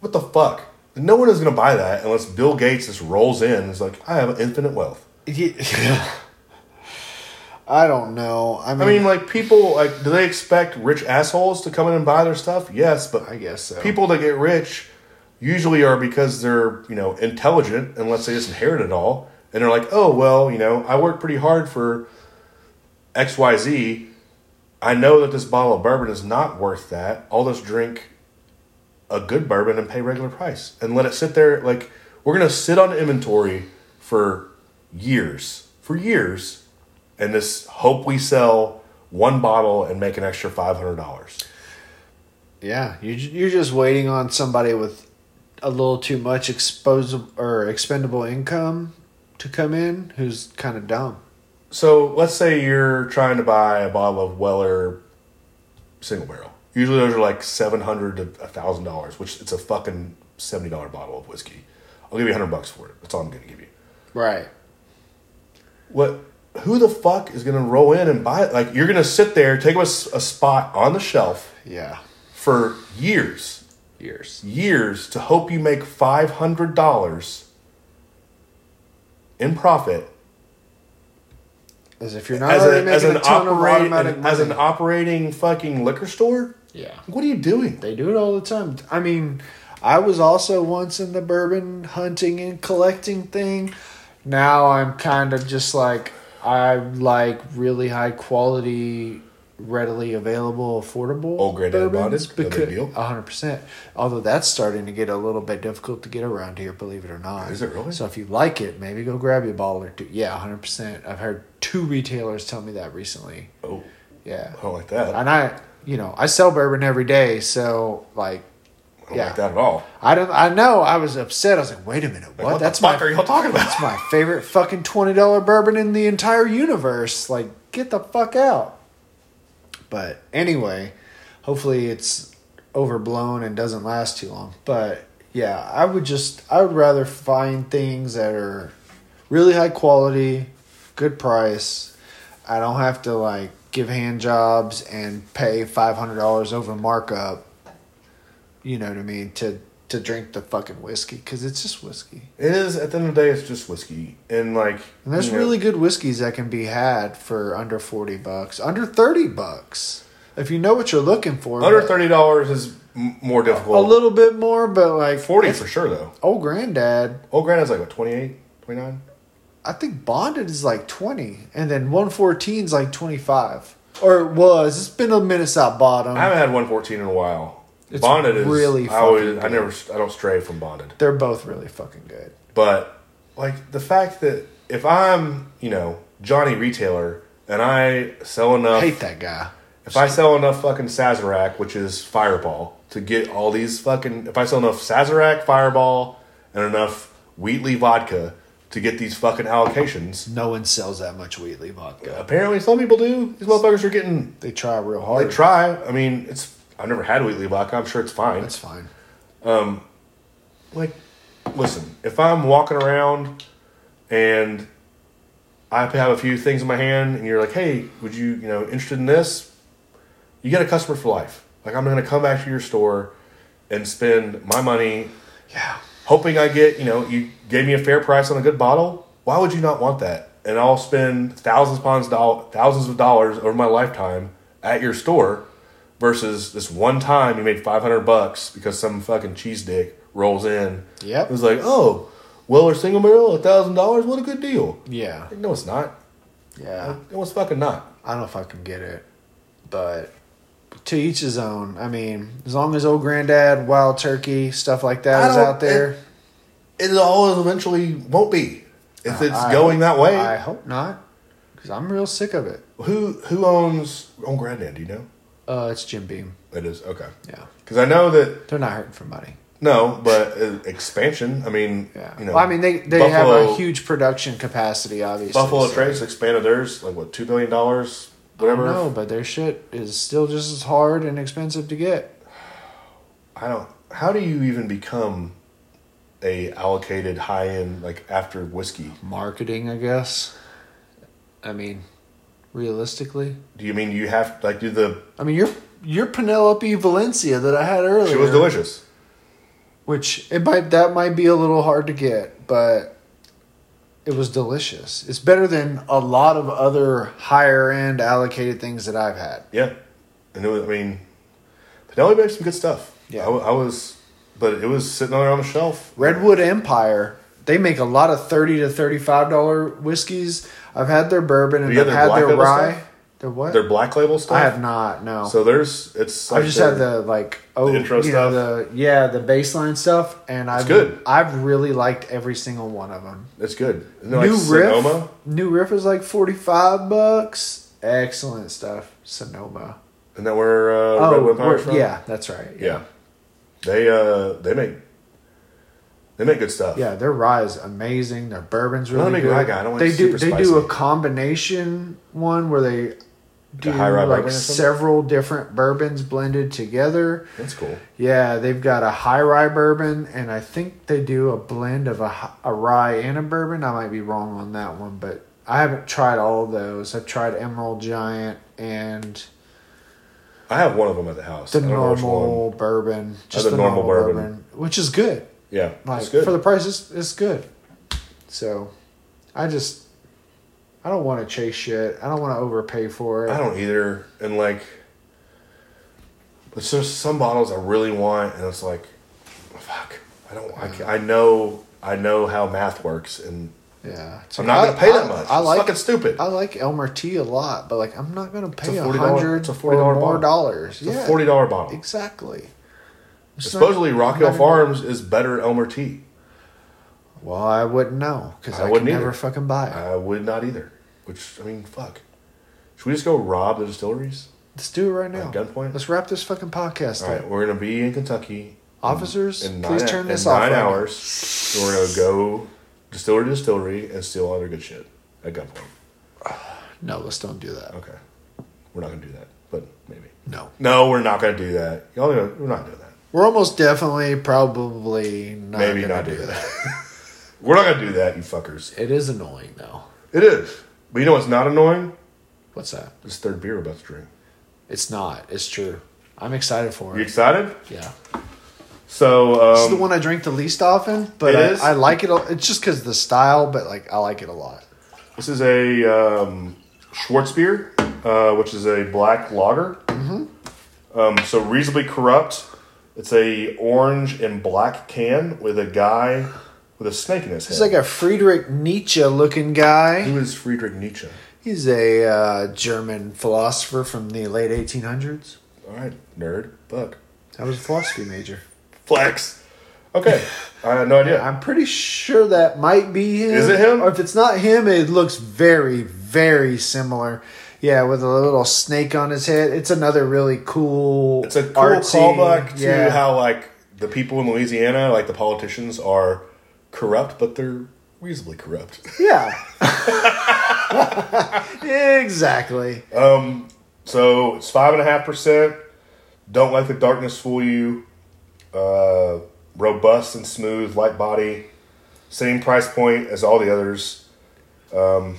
Speaker 1: what the fuck? No one is gonna buy that unless Bill Gates just rolls in and is like, I have infinite wealth.
Speaker 2: Yeah. I don't know. I mean,
Speaker 1: I mean, like people like do they expect rich assholes to come in and buy their stuff? Yes, but
Speaker 2: I guess so.
Speaker 1: people that get rich usually are because they're you know intelligent unless they just inherit it all and they're like oh well you know i worked pretty hard for xyz i know that this bottle of bourbon is not worth that i'll just drink a good bourbon and pay regular price and let it sit there like we're gonna sit on inventory for years for years and this hope we sell one bottle and make an extra $500
Speaker 2: yeah, you ju- you're just waiting on somebody with a little too much exposable or expendable income to come in who's kind of dumb.
Speaker 1: So let's say you're trying to buy a bottle of Weller single barrel. Usually those are like seven hundred to thousand dollars, which it's a fucking seventy dollar bottle of whiskey. I'll give you hundred bucks for it. That's all I'm gonna give you.
Speaker 2: Right.
Speaker 1: What? Who the fuck is gonna roll in and buy it? Like you're gonna sit there, take up a, s- a spot on the shelf
Speaker 2: Yeah.
Speaker 1: for years,
Speaker 2: Years.
Speaker 1: years to hope you make five hundred dollars in profit
Speaker 2: As if you're not
Speaker 1: as,
Speaker 2: already
Speaker 1: a,
Speaker 2: making
Speaker 1: as an
Speaker 2: a ton of
Speaker 1: operating
Speaker 2: automatic
Speaker 1: as an
Speaker 2: money.
Speaker 1: operating fucking liquor store.
Speaker 2: yeah.
Speaker 1: What are you doing?
Speaker 2: They do it all the time. I mean, I was also once in the bourbon hunting and collecting thing. Now I'm kind of just like I like really high quality, readily available, affordable.
Speaker 1: Old Grey Dad bonded,
Speaker 2: bourbons
Speaker 1: no big
Speaker 2: because-
Speaker 1: deal.
Speaker 2: a hundred percent. Although that's starting to get a little bit difficult to get around here, believe it or not.
Speaker 1: Is it really?
Speaker 2: So if you like it, maybe go grab you a bottle or two. Yeah, hundred percent. I've heard two retailers tell me that recently.
Speaker 1: Oh,
Speaker 2: Yeah
Speaker 1: I don't like that. I
Speaker 2: and I, you know, I sell bourbon every day, so like,
Speaker 1: don't
Speaker 2: yeah.
Speaker 1: like that at all.
Speaker 2: I don't, I know, I was upset. I was like, wait a minute, what?
Speaker 1: Like, what
Speaker 2: that's
Speaker 1: the fuck
Speaker 2: my,
Speaker 1: are y'all talking about?
Speaker 2: that's my favorite fucking twenty dollar bourbon in the entire universe. Like, get the fuck out. But anyway, hopefully it's overblown and doesn't last too long. But yeah, I would just, I would rather find things that are really high quality, good price. I don't have to like give hand jobs and pay five hundred dollars over markup. You know what I mean? To to drink the fucking whiskey because it's just whiskey.
Speaker 1: It is at the end of the day, it's just whiskey and like.
Speaker 2: And there's
Speaker 1: you know,
Speaker 2: really good whiskeys that can be had for under 40 bucks, under 30 bucks. If you know what you're looking for.
Speaker 1: under
Speaker 2: but
Speaker 1: thirty dollars is m- more
Speaker 2: A
Speaker 1: difficult.
Speaker 2: little bit more, but like
Speaker 1: forty
Speaker 2: it's-
Speaker 1: for sure though.
Speaker 2: Old granddad,
Speaker 1: Old Grandad's like what 28, 29?
Speaker 2: I think bonded is like 20 and then 114 is like 25. Or it was. It's been a minute since I bought 'em.
Speaker 1: I haven't had one fourteen in a while.
Speaker 2: It's
Speaker 1: bonded is
Speaker 2: really
Speaker 1: really. I always,
Speaker 2: fucking
Speaker 1: I never. I don't stray from bonded.
Speaker 2: They're both really fucking good.
Speaker 1: But like the fact that if I'm you know Johnny retailer and I sell enough
Speaker 2: Hate that guy.
Speaker 1: If I sell enough fucking Sazerac, which is Fireball, to get all these fucking. If I sell enough Sazerac, Fireball, and enough Wheatley vodka to get these fucking allocations,
Speaker 2: No one sells that much Wheatley vodka.
Speaker 1: apparently some people do. These motherfuckers are getting.
Speaker 2: They try real
Speaker 1: They
Speaker 2: hard.
Speaker 1: try. I mean, it's. I've never had Wheatley vodka. I'm sure it's fine.
Speaker 2: That's fine.
Speaker 1: like, listen, if I'm walking around and I have a few things in my hand and you're like, hey, would you, you know, interested in this? You get a customer for life. Like, I'm going to come back to your store and spend my money
Speaker 2: Yeah.
Speaker 1: hoping I get, you know, you gave me a fair price on a good bottle. Why would you not want that? And I'll spend thousands upon doll- thousands of dollars over my lifetime at your store versus this one time you made 500 bucks because some fucking cheese dick rolls in.
Speaker 2: Yep.
Speaker 1: It was like, oh, well, or single barrel, $1,000, what a good deal.
Speaker 2: Yeah.
Speaker 1: Like, no, it's not.
Speaker 2: Yeah.
Speaker 1: No, it's fucking not.
Speaker 2: I don't fucking get it, but to each his own. I mean, as long as old granddad, wild turkey, stuff like that
Speaker 1: I
Speaker 2: is
Speaker 1: don't-
Speaker 2: out there,
Speaker 1: It all eventually won't be. If it's
Speaker 2: Uh, I
Speaker 1: going
Speaker 2: hope-
Speaker 1: that way,
Speaker 2: I hope not, because I'm real sick of it.
Speaker 1: who who owns on Granddad? Do you know?
Speaker 2: Uh, it's Jim Beam.
Speaker 1: It is okay.
Speaker 2: Yeah,
Speaker 1: Because I know that
Speaker 2: they're not hurting for money.
Speaker 1: no, but uh, expansion. I mean,
Speaker 2: Yeah,
Speaker 1: you know,
Speaker 2: well, I mean, they they have
Speaker 1: Buffalo-
Speaker 2: a huge production capacity, obviously.
Speaker 1: Buffalo
Speaker 2: so-
Speaker 1: Trace expanded theirs like what two billion dollars,
Speaker 2: I
Speaker 1: whatever.
Speaker 2: don't know, but their shit is still just as hard and expensive to get.
Speaker 1: I don't. How do you even become a allocated high end like after whiskey?
Speaker 2: Marketing, I guess. I mean, realistically.
Speaker 1: Do you mean you have like do the?
Speaker 2: I mean, your your Penelope Valencia that I had earlier.
Speaker 1: She was delicious.
Speaker 2: Which it might that might be a little hard to get, but It was delicious. It's better than a lot of other higher end allocated things that I've had.
Speaker 1: Yeah, and it was. I mean, Penelope makes some good stuff.
Speaker 2: Yeah.
Speaker 1: I, wa- I was, but it was sitting there on the shelf.
Speaker 2: Redwood Empire. They make a lot of thirty to thirty-five dollar whiskeys. I've had their bourbon and
Speaker 1: Have you
Speaker 2: I've
Speaker 1: had their
Speaker 2: had
Speaker 1: black
Speaker 2: their
Speaker 1: label
Speaker 2: rye.
Speaker 1: stuff?
Speaker 2: Their what?
Speaker 1: They're black label stuff.
Speaker 2: I have not. No.
Speaker 1: So there's it's.
Speaker 2: I
Speaker 1: Like
Speaker 2: just
Speaker 1: their-
Speaker 2: had the like oh
Speaker 1: intro
Speaker 2: you know,
Speaker 1: stuff?
Speaker 2: the yeah the baseline stuff, and I've
Speaker 1: good.
Speaker 2: I've really liked every single one of them.
Speaker 1: It's good. Isn't it
Speaker 2: New
Speaker 1: like
Speaker 2: riff,
Speaker 1: Sonoma?
Speaker 2: new riff is like forty-five bucks. Excellent stuff, Sonoma.
Speaker 1: Isn't that where uh,
Speaker 2: Oh,
Speaker 1: Redwood Empire's
Speaker 2: we're-
Speaker 1: from?
Speaker 2: yeah, that's right.
Speaker 1: Yeah. They uh they make they make good stuff.
Speaker 2: Yeah, their rye is amazing. Their bourbon's really
Speaker 1: don't make
Speaker 2: good.
Speaker 1: rye guy. I don't want
Speaker 2: they
Speaker 1: it
Speaker 2: do
Speaker 1: super
Speaker 2: they do a
Speaker 1: spicy.
Speaker 2: combination one where they do
Speaker 1: high rye bourbon
Speaker 2: like
Speaker 1: or something?
Speaker 2: several different bourbons blended together.
Speaker 1: That's cool.
Speaker 2: Yeah, they've got a high rye bourbon, and I think they do a blend of a, hi- a rye and a bourbon. I might be wrong on that one, but I haven't tried all of those. I've tried Emerald Giant and
Speaker 1: I have one of them at the house.
Speaker 2: the
Speaker 1: I don't know which one.
Speaker 2: normal bourbon, just
Speaker 1: the
Speaker 2: the, normal,
Speaker 1: normal
Speaker 2: bourbon.
Speaker 1: bourbon.
Speaker 2: which is good.
Speaker 1: Yeah.
Speaker 2: Like
Speaker 1: it's good.
Speaker 2: for the price, it's, it's good. So, I just I don't want to chase shit. I don't want to overpay for it.
Speaker 1: I don't either. And like there's just some bottles I really want and it's like fuck. I don't I, ca- I know I know how math works and
Speaker 2: yeah, it's
Speaker 1: I'm
Speaker 2: like,
Speaker 1: not
Speaker 2: I-
Speaker 1: gonna pay that
Speaker 2: I-
Speaker 1: much.
Speaker 2: I
Speaker 1: it's
Speaker 2: like
Speaker 1: fucking stupid.
Speaker 2: I like Elmer T a lot, but like I'm not gonna pay
Speaker 1: a
Speaker 2: a
Speaker 1: $40
Speaker 2: hundred
Speaker 1: it's a $40
Speaker 2: or more
Speaker 1: bottle.
Speaker 2: dollars.
Speaker 1: it's
Speaker 2: yeah,
Speaker 1: a forty dollar bottle.
Speaker 2: exactly. It's not-
Speaker 1: Supposedly Rock Hill
Speaker 2: not-
Speaker 1: Farms is better Elmer Tea.
Speaker 2: Well, I wouldn't know because
Speaker 1: I
Speaker 2: I, would
Speaker 1: wouldn't
Speaker 2: never
Speaker 1: either.
Speaker 2: fucking buy it.
Speaker 1: I would not either. Which I mean, fuck. Should we just go rob the distilleries?
Speaker 2: Let's do it right now.
Speaker 1: At gunpoint?
Speaker 2: Let's wrap this fucking podcast
Speaker 1: All
Speaker 2: up.
Speaker 1: right, we're gonna be in Kentucky.
Speaker 2: Officers,
Speaker 1: in
Speaker 2: please
Speaker 1: nine,
Speaker 2: turn this
Speaker 1: in
Speaker 2: off.
Speaker 1: Nine
Speaker 2: right now.
Speaker 1: hours. and We're gonna go distillery to distillery and steal all their good shit at gunpoint.
Speaker 2: No, let's don't do that.
Speaker 1: Okay, we're not gonna do that, but maybe.
Speaker 2: No,
Speaker 1: No, we're not gonna do that. Y'all, know- we're not doing that.
Speaker 2: we're almost definitely, probably not.
Speaker 1: Maybe
Speaker 2: gonna
Speaker 1: not
Speaker 2: do
Speaker 1: do
Speaker 2: that.
Speaker 1: We're not gonna do that, you fuckers.
Speaker 2: It is annoying though.
Speaker 1: It is, but you know what's not annoying?
Speaker 2: What's that?
Speaker 1: This third beer we're about to drink.
Speaker 2: It's not. It's true. I'm excited for
Speaker 1: You Um,
Speaker 2: it.
Speaker 1: excited?
Speaker 2: Yeah.
Speaker 1: So um,
Speaker 2: This is the one I drink the least often, but
Speaker 1: It
Speaker 2: I,
Speaker 1: is?
Speaker 2: I like it. a- It's just because the style, but like I like it a lot.
Speaker 1: This is a um, Schwarzbier, uh, which is a black lager. Mm-hmm. Um, so reasonably corrupt. It's a orange and black can with a guy with a snake in his head.
Speaker 2: He's like a Friedrich Nietzsche looking guy.
Speaker 1: Who is Friedrich Nietzsche?
Speaker 2: He's a uh, German philosopher from the late 1800s.
Speaker 1: All right, nerd, fuck,
Speaker 2: I was a philosophy major.
Speaker 1: flex. Okay, I had no idea.
Speaker 2: I'm pretty sure that might be him.
Speaker 1: Is it him?
Speaker 2: Or if it's not him, it looks very, very similar. Yeah, with a little snake on his head. It's another really cool.
Speaker 1: It's a cool callback to how like the people in Louisiana, like the politicians, are corrupt, but they're reasonably corrupt.
Speaker 2: Yeah. exactly.
Speaker 1: So it's five and a half percent. Don't let the darkness fool you. Uh, robust and smooth, light body. Same price point as all the others. Um,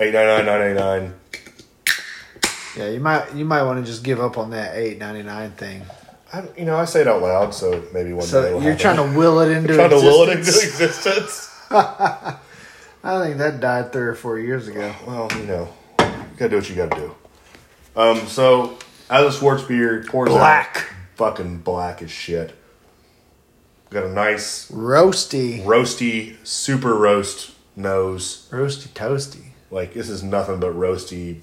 Speaker 1: eight nine nine nine eight nine.
Speaker 2: Yeah, you might you might want to just give up on that eight ninety nine thing.
Speaker 1: I, you know, I say it out loud, so maybe one day.
Speaker 2: So
Speaker 1: it'll
Speaker 2: you're trying
Speaker 1: happen.
Speaker 2: to will it into
Speaker 1: trying to will it into
Speaker 2: existence?
Speaker 1: existence.
Speaker 2: I think that died three or four years ago.
Speaker 1: Well, you know, you gotta do what you gotta do. Um, so as a Schwartz beer pours out-
Speaker 2: Black.
Speaker 1: fucking black as shit. Got a nice
Speaker 2: Roasty,
Speaker 1: roasty, super roast nose.
Speaker 2: roasty, toasty.
Speaker 1: Like this is nothing but roasty.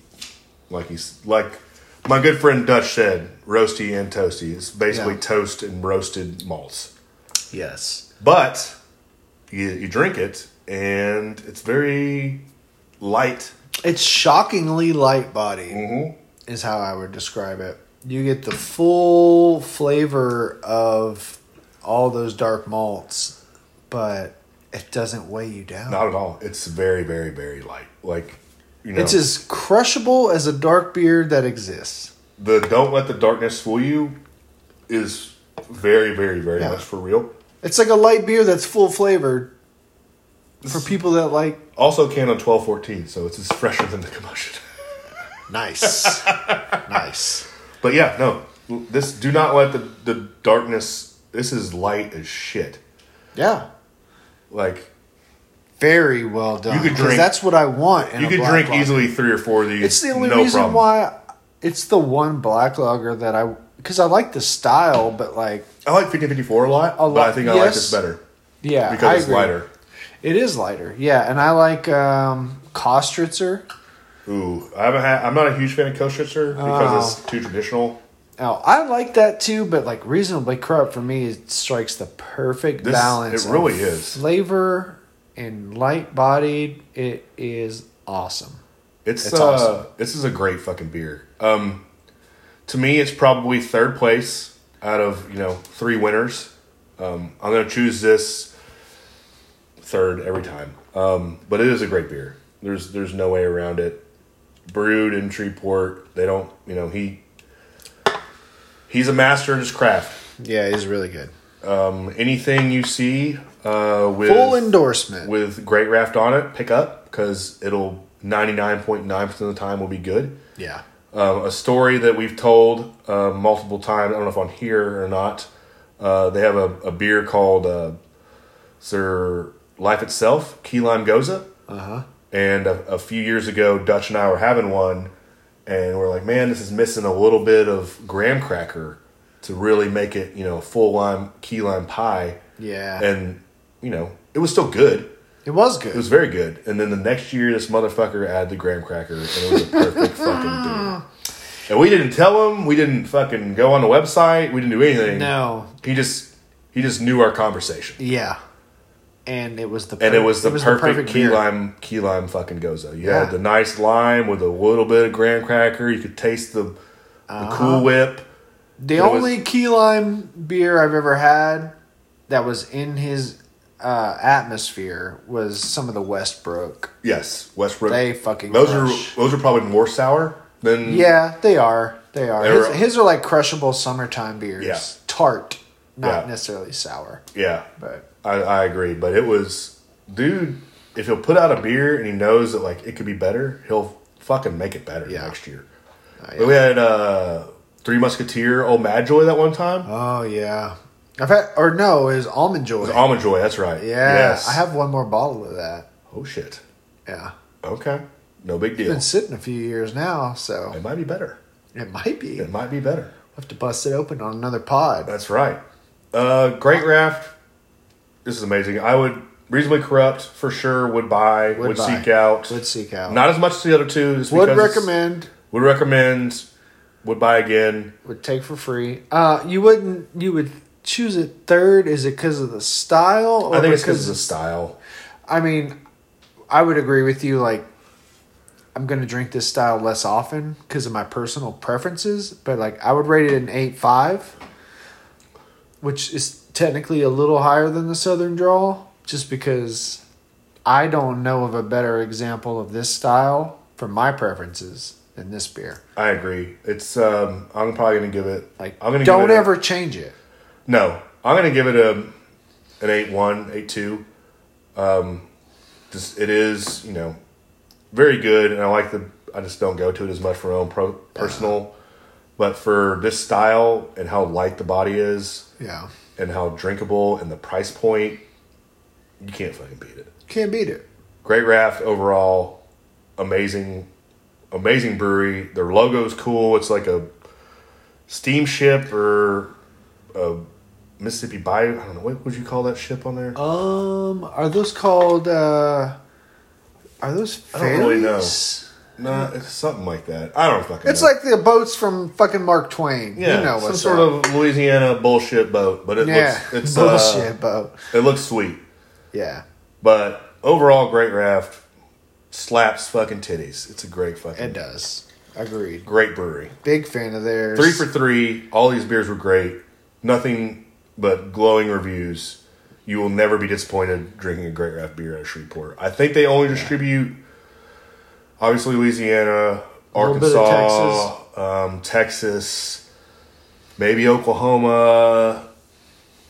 Speaker 1: Like he's like my good friend Dutch said, roasty and toasty. It's basically
Speaker 2: Yeah.
Speaker 1: toast and roasted malts.
Speaker 2: Yes.
Speaker 1: But you, you drink it, and it's very light. Mm-hmm.
Speaker 2: It's shockingly light body. Is how I would describe it. You get the full flavor of all those dark malts, but it doesn't weigh you down.
Speaker 1: Not at all. It's very, very, very light. Like you know,
Speaker 2: It's as crushable as a dark beer that exists.
Speaker 1: the "Don't let the darkness fool you" is very, very, very
Speaker 2: Yeah.
Speaker 1: much for real.
Speaker 2: It's like a light beer that's full flavored for people that like
Speaker 1: Also, canned on twelve fourteen, so it's as fresher than the combustion.
Speaker 2: nice, nice.
Speaker 1: But yeah, no. This do not let the, the darkness. This is light as shit.
Speaker 2: Yeah,
Speaker 1: Like
Speaker 2: very well done.
Speaker 1: could
Speaker 2: 'cause
Speaker 1: drink-
Speaker 2: That's what I want. In
Speaker 1: You
Speaker 2: a
Speaker 1: could
Speaker 2: black
Speaker 1: drink
Speaker 2: lager.
Speaker 1: easily three or four of these.
Speaker 2: It's the only
Speaker 1: no
Speaker 2: reason
Speaker 1: problem.
Speaker 2: why it's the one black lager that I because I like the style, but like
Speaker 1: I like 1554 a lot,
Speaker 2: A
Speaker 1: but I
Speaker 2: lot-
Speaker 1: think I like
Speaker 2: yes.
Speaker 1: this better
Speaker 2: yeah,
Speaker 1: because
Speaker 2: I
Speaker 1: it's
Speaker 2: agree.
Speaker 1: lighter.
Speaker 2: It is lighter, yeah, and I like um, Kostritzer.
Speaker 1: Ooh, I haven't had, I'm not a huge fan of Kostritzer because
Speaker 2: Oh.
Speaker 1: it's too traditional.
Speaker 2: Now I like that too, but like reasonably corrupt for me it strikes the perfect
Speaker 1: This-
Speaker 2: balance.
Speaker 1: it really
Speaker 2: of
Speaker 1: is.
Speaker 2: flavor and light bodied. It is awesome.
Speaker 1: It's,
Speaker 2: It's
Speaker 1: uh,
Speaker 2: awesome.
Speaker 1: This is a great fucking beer. Um, to me, it's probably third place out of you know three winners. Um, I'm gonna choose this third every time. Um, but it is a great beer. There's there's no way around it. Brewed in Treeport, they don't you know he he's a master at his craft.
Speaker 2: Yeah, it is really good.
Speaker 1: Um, anything you see uh, with
Speaker 2: Full endorsement.
Speaker 1: with great raft on it, pick up because it'll 99.9% of the time will be good.
Speaker 2: yeah.
Speaker 1: Um, a story that we've told uh, multiple times, I don't know if on here or not. Uh, they have a, a beer called uh, Sir Life Itself, Key Lime Goza.
Speaker 2: Uh-huh.
Speaker 1: And a, a few years ago, Dutch and I were having one, and we're like, man, this is missing a little bit of graham cracker to really make it, you know, full lime, key lime pie.
Speaker 2: Yeah.
Speaker 1: And, you know, it was still good.
Speaker 2: it was good.
Speaker 1: It was very good. And then the next year, this motherfucker added the graham cracker, and it was a perfect fucking beer. And we didn't tell him. We didn't fucking go on the website. We didn't do anything.
Speaker 2: no.
Speaker 1: He just he just knew our conversation,
Speaker 2: Yeah. And it was the
Speaker 1: and it was the perfect, key
Speaker 2: beer.
Speaker 1: lime key lime fucking gozo. You
Speaker 2: Yeah.
Speaker 1: had the nice lime with a little bit of graham cracker. You could taste the, the Cool Whip.
Speaker 2: The
Speaker 1: It was-
Speaker 2: only key lime beer I've ever had that was in his uh, atmosphere was some of the Westbrook.
Speaker 1: Yes, Westbrook.
Speaker 2: They fucking
Speaker 1: those
Speaker 2: crush.
Speaker 1: are those are probably more sour than
Speaker 2: Yeah, they are. They are.
Speaker 1: They were-
Speaker 2: His, his are like crushable summertime beers.
Speaker 1: Yeah.
Speaker 2: Tart, not
Speaker 1: Yeah.
Speaker 2: necessarily sour.
Speaker 1: yeah.
Speaker 2: But
Speaker 1: I, I agree, but it was, dude. If he'll put out a beer and he knows that like it could be better, he'll fucking make it better
Speaker 2: Yeah.
Speaker 1: next year.
Speaker 2: Uh,
Speaker 1: We had uh, Three Musketeer Old Mad Joy that one time.
Speaker 2: oh yeah, I've had or no, it was almond joy.
Speaker 1: Almond Joy, that's right.
Speaker 2: yeah, I have one more bottle of that.
Speaker 1: Oh shit.
Speaker 2: Yeah,
Speaker 1: Okay, no big deal.
Speaker 2: been sitting a few years now, so
Speaker 1: It might be better.
Speaker 2: it might be.
Speaker 1: It might be better.
Speaker 2: have to bust it open on another pod.
Speaker 1: That's right. Uh, Great Raft. This is amazing. I would reasonably corrupt for sure. Would buy. Would,
Speaker 2: buy.
Speaker 1: seek out.
Speaker 2: Would seek out.
Speaker 1: Not as much as the other two. just
Speaker 2: Would
Speaker 1: because it's-
Speaker 2: recommend.
Speaker 1: Would recommend. Would buy again.
Speaker 2: Would take for free. Uh, you wouldn't. You would choose it third. Is it because of the style? Or
Speaker 1: I think it's because of the
Speaker 2: it's-
Speaker 1: style.
Speaker 2: I mean, I would agree with you. Like, I'm gonna drink this style less often because of my personal preferences. But like, I would rate it an eight five, which is technically a little higher than the Southern Draw, just because I don't know of a better example of this style for my preferences than this beer.
Speaker 1: I agree. It's um, I'm probably gonna give it.
Speaker 2: Like,
Speaker 1: I'm gonna
Speaker 2: don't
Speaker 1: give it a-
Speaker 2: ever change it.
Speaker 1: no, I'm gonna give it a an eight one, eight two. Um, just it is you know very good, and I like the. I just don't go to it as much for my own pro, personal, but for this style and how light the body is,
Speaker 2: Yeah,
Speaker 1: and how drinkable, and the price point, you can't fucking beat it.
Speaker 2: can't beat it.
Speaker 1: Great Raft overall, amazing, amazing brewery. Their logo's cool. It's like a steamship or a Mississippi Bayou. I don't know what would you call that ship on there.
Speaker 2: Um, are those called? uh Are those?
Speaker 1: don't really know.
Speaker 2: ferries?
Speaker 1: nah, it's something like that. I don't fucking.
Speaker 2: It's
Speaker 1: know.
Speaker 2: like the boats from fucking Mark Twain.
Speaker 1: yeah,
Speaker 2: you know
Speaker 1: some
Speaker 2: what's
Speaker 1: sort
Speaker 2: up.
Speaker 1: of Louisiana bullshit boat, but it
Speaker 2: yeah
Speaker 1: looks it's uh,
Speaker 2: bullshit boat.
Speaker 1: it looks sweet,
Speaker 2: Yeah,
Speaker 1: but overall, Great Raft slaps fucking titties. It's a great fucking
Speaker 2: it does. Agreed.
Speaker 1: great brewery.
Speaker 2: Big fan of theirs.
Speaker 1: Three for three. All these beers were great. Nothing but glowing reviews. You will never be disappointed drinking a Great Raft beer at a Shreveport. I think they only distribute, obviously, Louisiana,
Speaker 2: little bit of
Speaker 1: Arkansas, Texas. Um, Texas, maybe Oklahoma.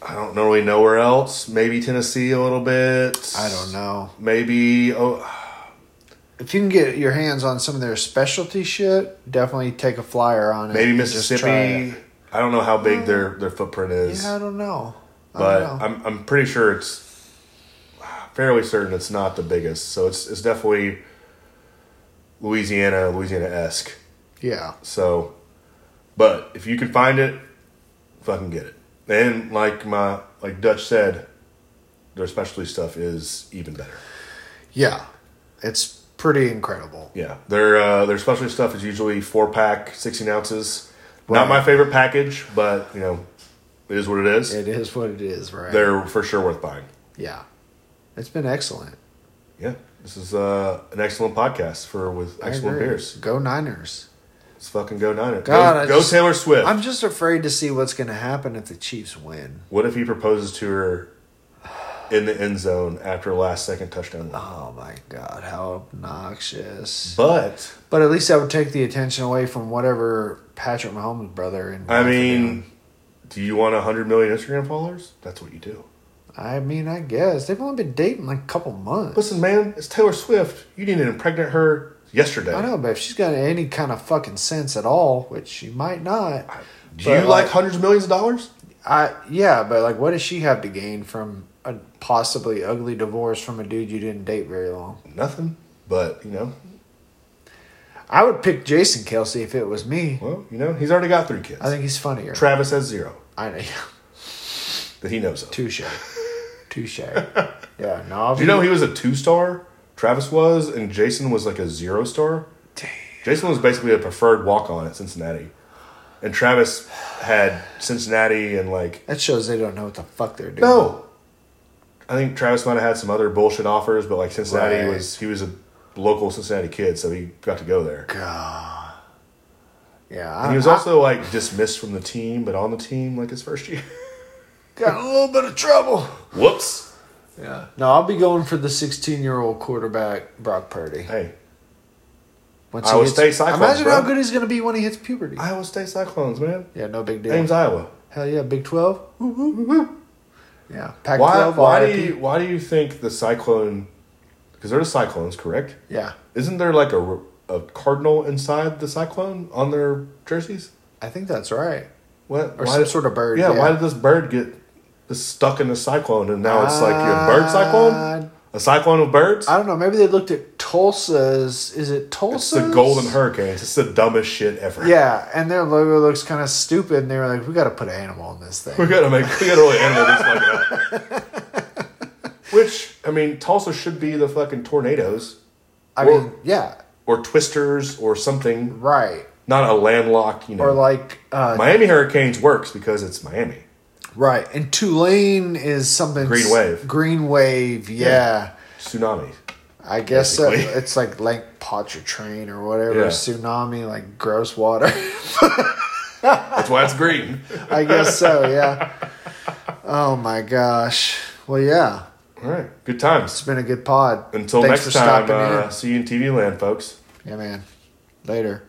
Speaker 1: I don't know really know where else. Maybe Tennessee a little bit.
Speaker 2: I don't know
Speaker 1: Maybe oh,
Speaker 2: if you can get your hands on some of their specialty shit. Definitely take a flyer on it.
Speaker 1: maybe
Speaker 2: and just try
Speaker 1: Mississippi.
Speaker 2: it.
Speaker 1: I don't know how big their, their footprint is.
Speaker 2: Yeah, I don't know. I
Speaker 1: but
Speaker 2: don't know.
Speaker 1: I'm I'm pretty sure it's fairly certain it's not the biggest. So it's it's definitely Louisiana, Louisiana esque.
Speaker 2: Yeah.
Speaker 1: So, but if you can find it, fucking get it. And like my like Dutch said, their specialty stuff is even better.
Speaker 2: Yeah. It's pretty incredible.
Speaker 1: Yeah, their uh, their specialty stuff is usually four pack, sixteen ounces.
Speaker 2: Right.
Speaker 1: Not my favorite package, but you know, it is what it is.
Speaker 2: It is what it is, right?
Speaker 1: They're for sure worth buying.
Speaker 2: Yeah. It's been excellent.
Speaker 1: Yeah, this is uh, an excellent podcast for with
Speaker 2: I
Speaker 1: excellent
Speaker 2: agree.
Speaker 1: beers.
Speaker 2: Go Niners.
Speaker 1: Let's fucking go Niners.
Speaker 2: God, I
Speaker 1: go, go
Speaker 2: just-
Speaker 1: Taylor Swift.
Speaker 2: I'm just afraid to see what's going to happen if the Chiefs win.
Speaker 1: What if he proposes to her in the end zone after last second touchdown? run?
Speaker 2: Oh my God, how obnoxious.
Speaker 1: But
Speaker 2: But at least that would take the attention away from whatever Patrick Mahomes' brother. And
Speaker 1: I mean, do you want hundred million Instagram followers? That's what you do.
Speaker 2: I mean, I guess they've only been dating like a couple months.
Speaker 1: Listen, man, it's Taylor Swift. You need to impregnate her yesterday.
Speaker 2: I know, but if she's got any kind of fucking sense at all, which she might not,
Speaker 1: Do
Speaker 2: But,
Speaker 1: you like
Speaker 2: like-
Speaker 1: hundreds of millions of dollars?
Speaker 2: I yeah, but like, what does she have to gain from a possibly ugly divorce from a dude you didn't date very long?
Speaker 1: Nothing. But you know,
Speaker 2: I would pick Jason Kelsey if it was me.
Speaker 1: well, you know, he's already got three kids.
Speaker 2: I think he's funnier.
Speaker 1: Travis has zero
Speaker 2: I know.
Speaker 1: that he knows of.
Speaker 2: Touche. Touche. Yeah. No.
Speaker 1: Do you know he was a two star? Travis was, and Jason was like a zero star. Jason was basically a preferred walk on at Cincinnati, and Travis had Cincinnati and like
Speaker 2: That shows they don't know what the fuck they're doing.
Speaker 1: no. I think Travis might have had some other bullshit offers, but like Cincinnati
Speaker 2: Right.
Speaker 1: was he was a local Cincinnati kid, so he got to go there.
Speaker 2: God. Yeah. I,
Speaker 1: And he was
Speaker 2: I
Speaker 1: also like dismissed from the team, but on the team like his first year.
Speaker 2: got in a little bit of trouble.
Speaker 1: Whoops.
Speaker 2: Yeah. No, I'll be going for the 16 year old quarterback, Brock Purdy.
Speaker 1: Hey,
Speaker 2: Once
Speaker 1: Iowa
Speaker 2: hits-
Speaker 1: State Cyclones,
Speaker 2: Imagine how
Speaker 1: bro.
Speaker 2: good he's going to be when he hits puberty.
Speaker 1: Iowa State Cyclones, man.
Speaker 2: yeah, no big deal.
Speaker 1: Name's Iowa.
Speaker 2: Hell yeah, Big 12. Woo, woo, woo, woo. Yeah. Pac
Speaker 1: Why?
Speaker 2: 12.
Speaker 1: Why do you? Why do you think the cyclone? Because they're the cyclones, correct?
Speaker 2: Yeah.
Speaker 1: Isn't there like a, a cardinal inside the cyclone on their jerseys?
Speaker 2: I think that's right.
Speaker 1: What?
Speaker 2: Or some sort of bird,
Speaker 1: Yeah,
Speaker 2: yeah.
Speaker 1: Why did this bird get this stuck in the cyclone and now it's like a bird cyclone? A cyclone of birds?
Speaker 2: Uh, I don't know. Maybe they looked at Tulsa's. Is it
Speaker 1: It's
Speaker 2: Tulsa's?
Speaker 1: the Golden Hurricanes. It's the dumbest shit ever.
Speaker 2: Yeah, and their logo looks kind of stupid. And they were like, "We got to put an animal in this
Speaker 1: We
Speaker 2: thing."
Speaker 1: gotta make we gotta really handle this fucking up. Which I mean, Tulsa should be the fucking tornadoes
Speaker 2: I
Speaker 1: Well-
Speaker 2: mean, yeah,
Speaker 1: or twisters or something.
Speaker 2: right.
Speaker 1: Not a landlocked, you know.
Speaker 2: Or like, uh,
Speaker 1: Miami Hurricanes works because it's Miami.
Speaker 2: right. And Tulane is something
Speaker 1: Green wave.
Speaker 2: Green wave. Yeah,
Speaker 1: Yeah. Tsunami.
Speaker 2: I guess uh,
Speaker 1: Basically.
Speaker 2: it's like Lake Pontchartrain or whatever.
Speaker 1: Yeah.
Speaker 2: Tsunami, like gross water.
Speaker 1: That's why it's green.
Speaker 2: I guess so. Yeah. oh my gosh. Well, yeah,
Speaker 1: All right. Good times.
Speaker 2: it's been a good pod.
Speaker 1: Until
Speaker 2: Thanks
Speaker 1: next time,
Speaker 2: stopping
Speaker 1: uh, see you in TV land, folks.
Speaker 2: in. Yeah, man. Later.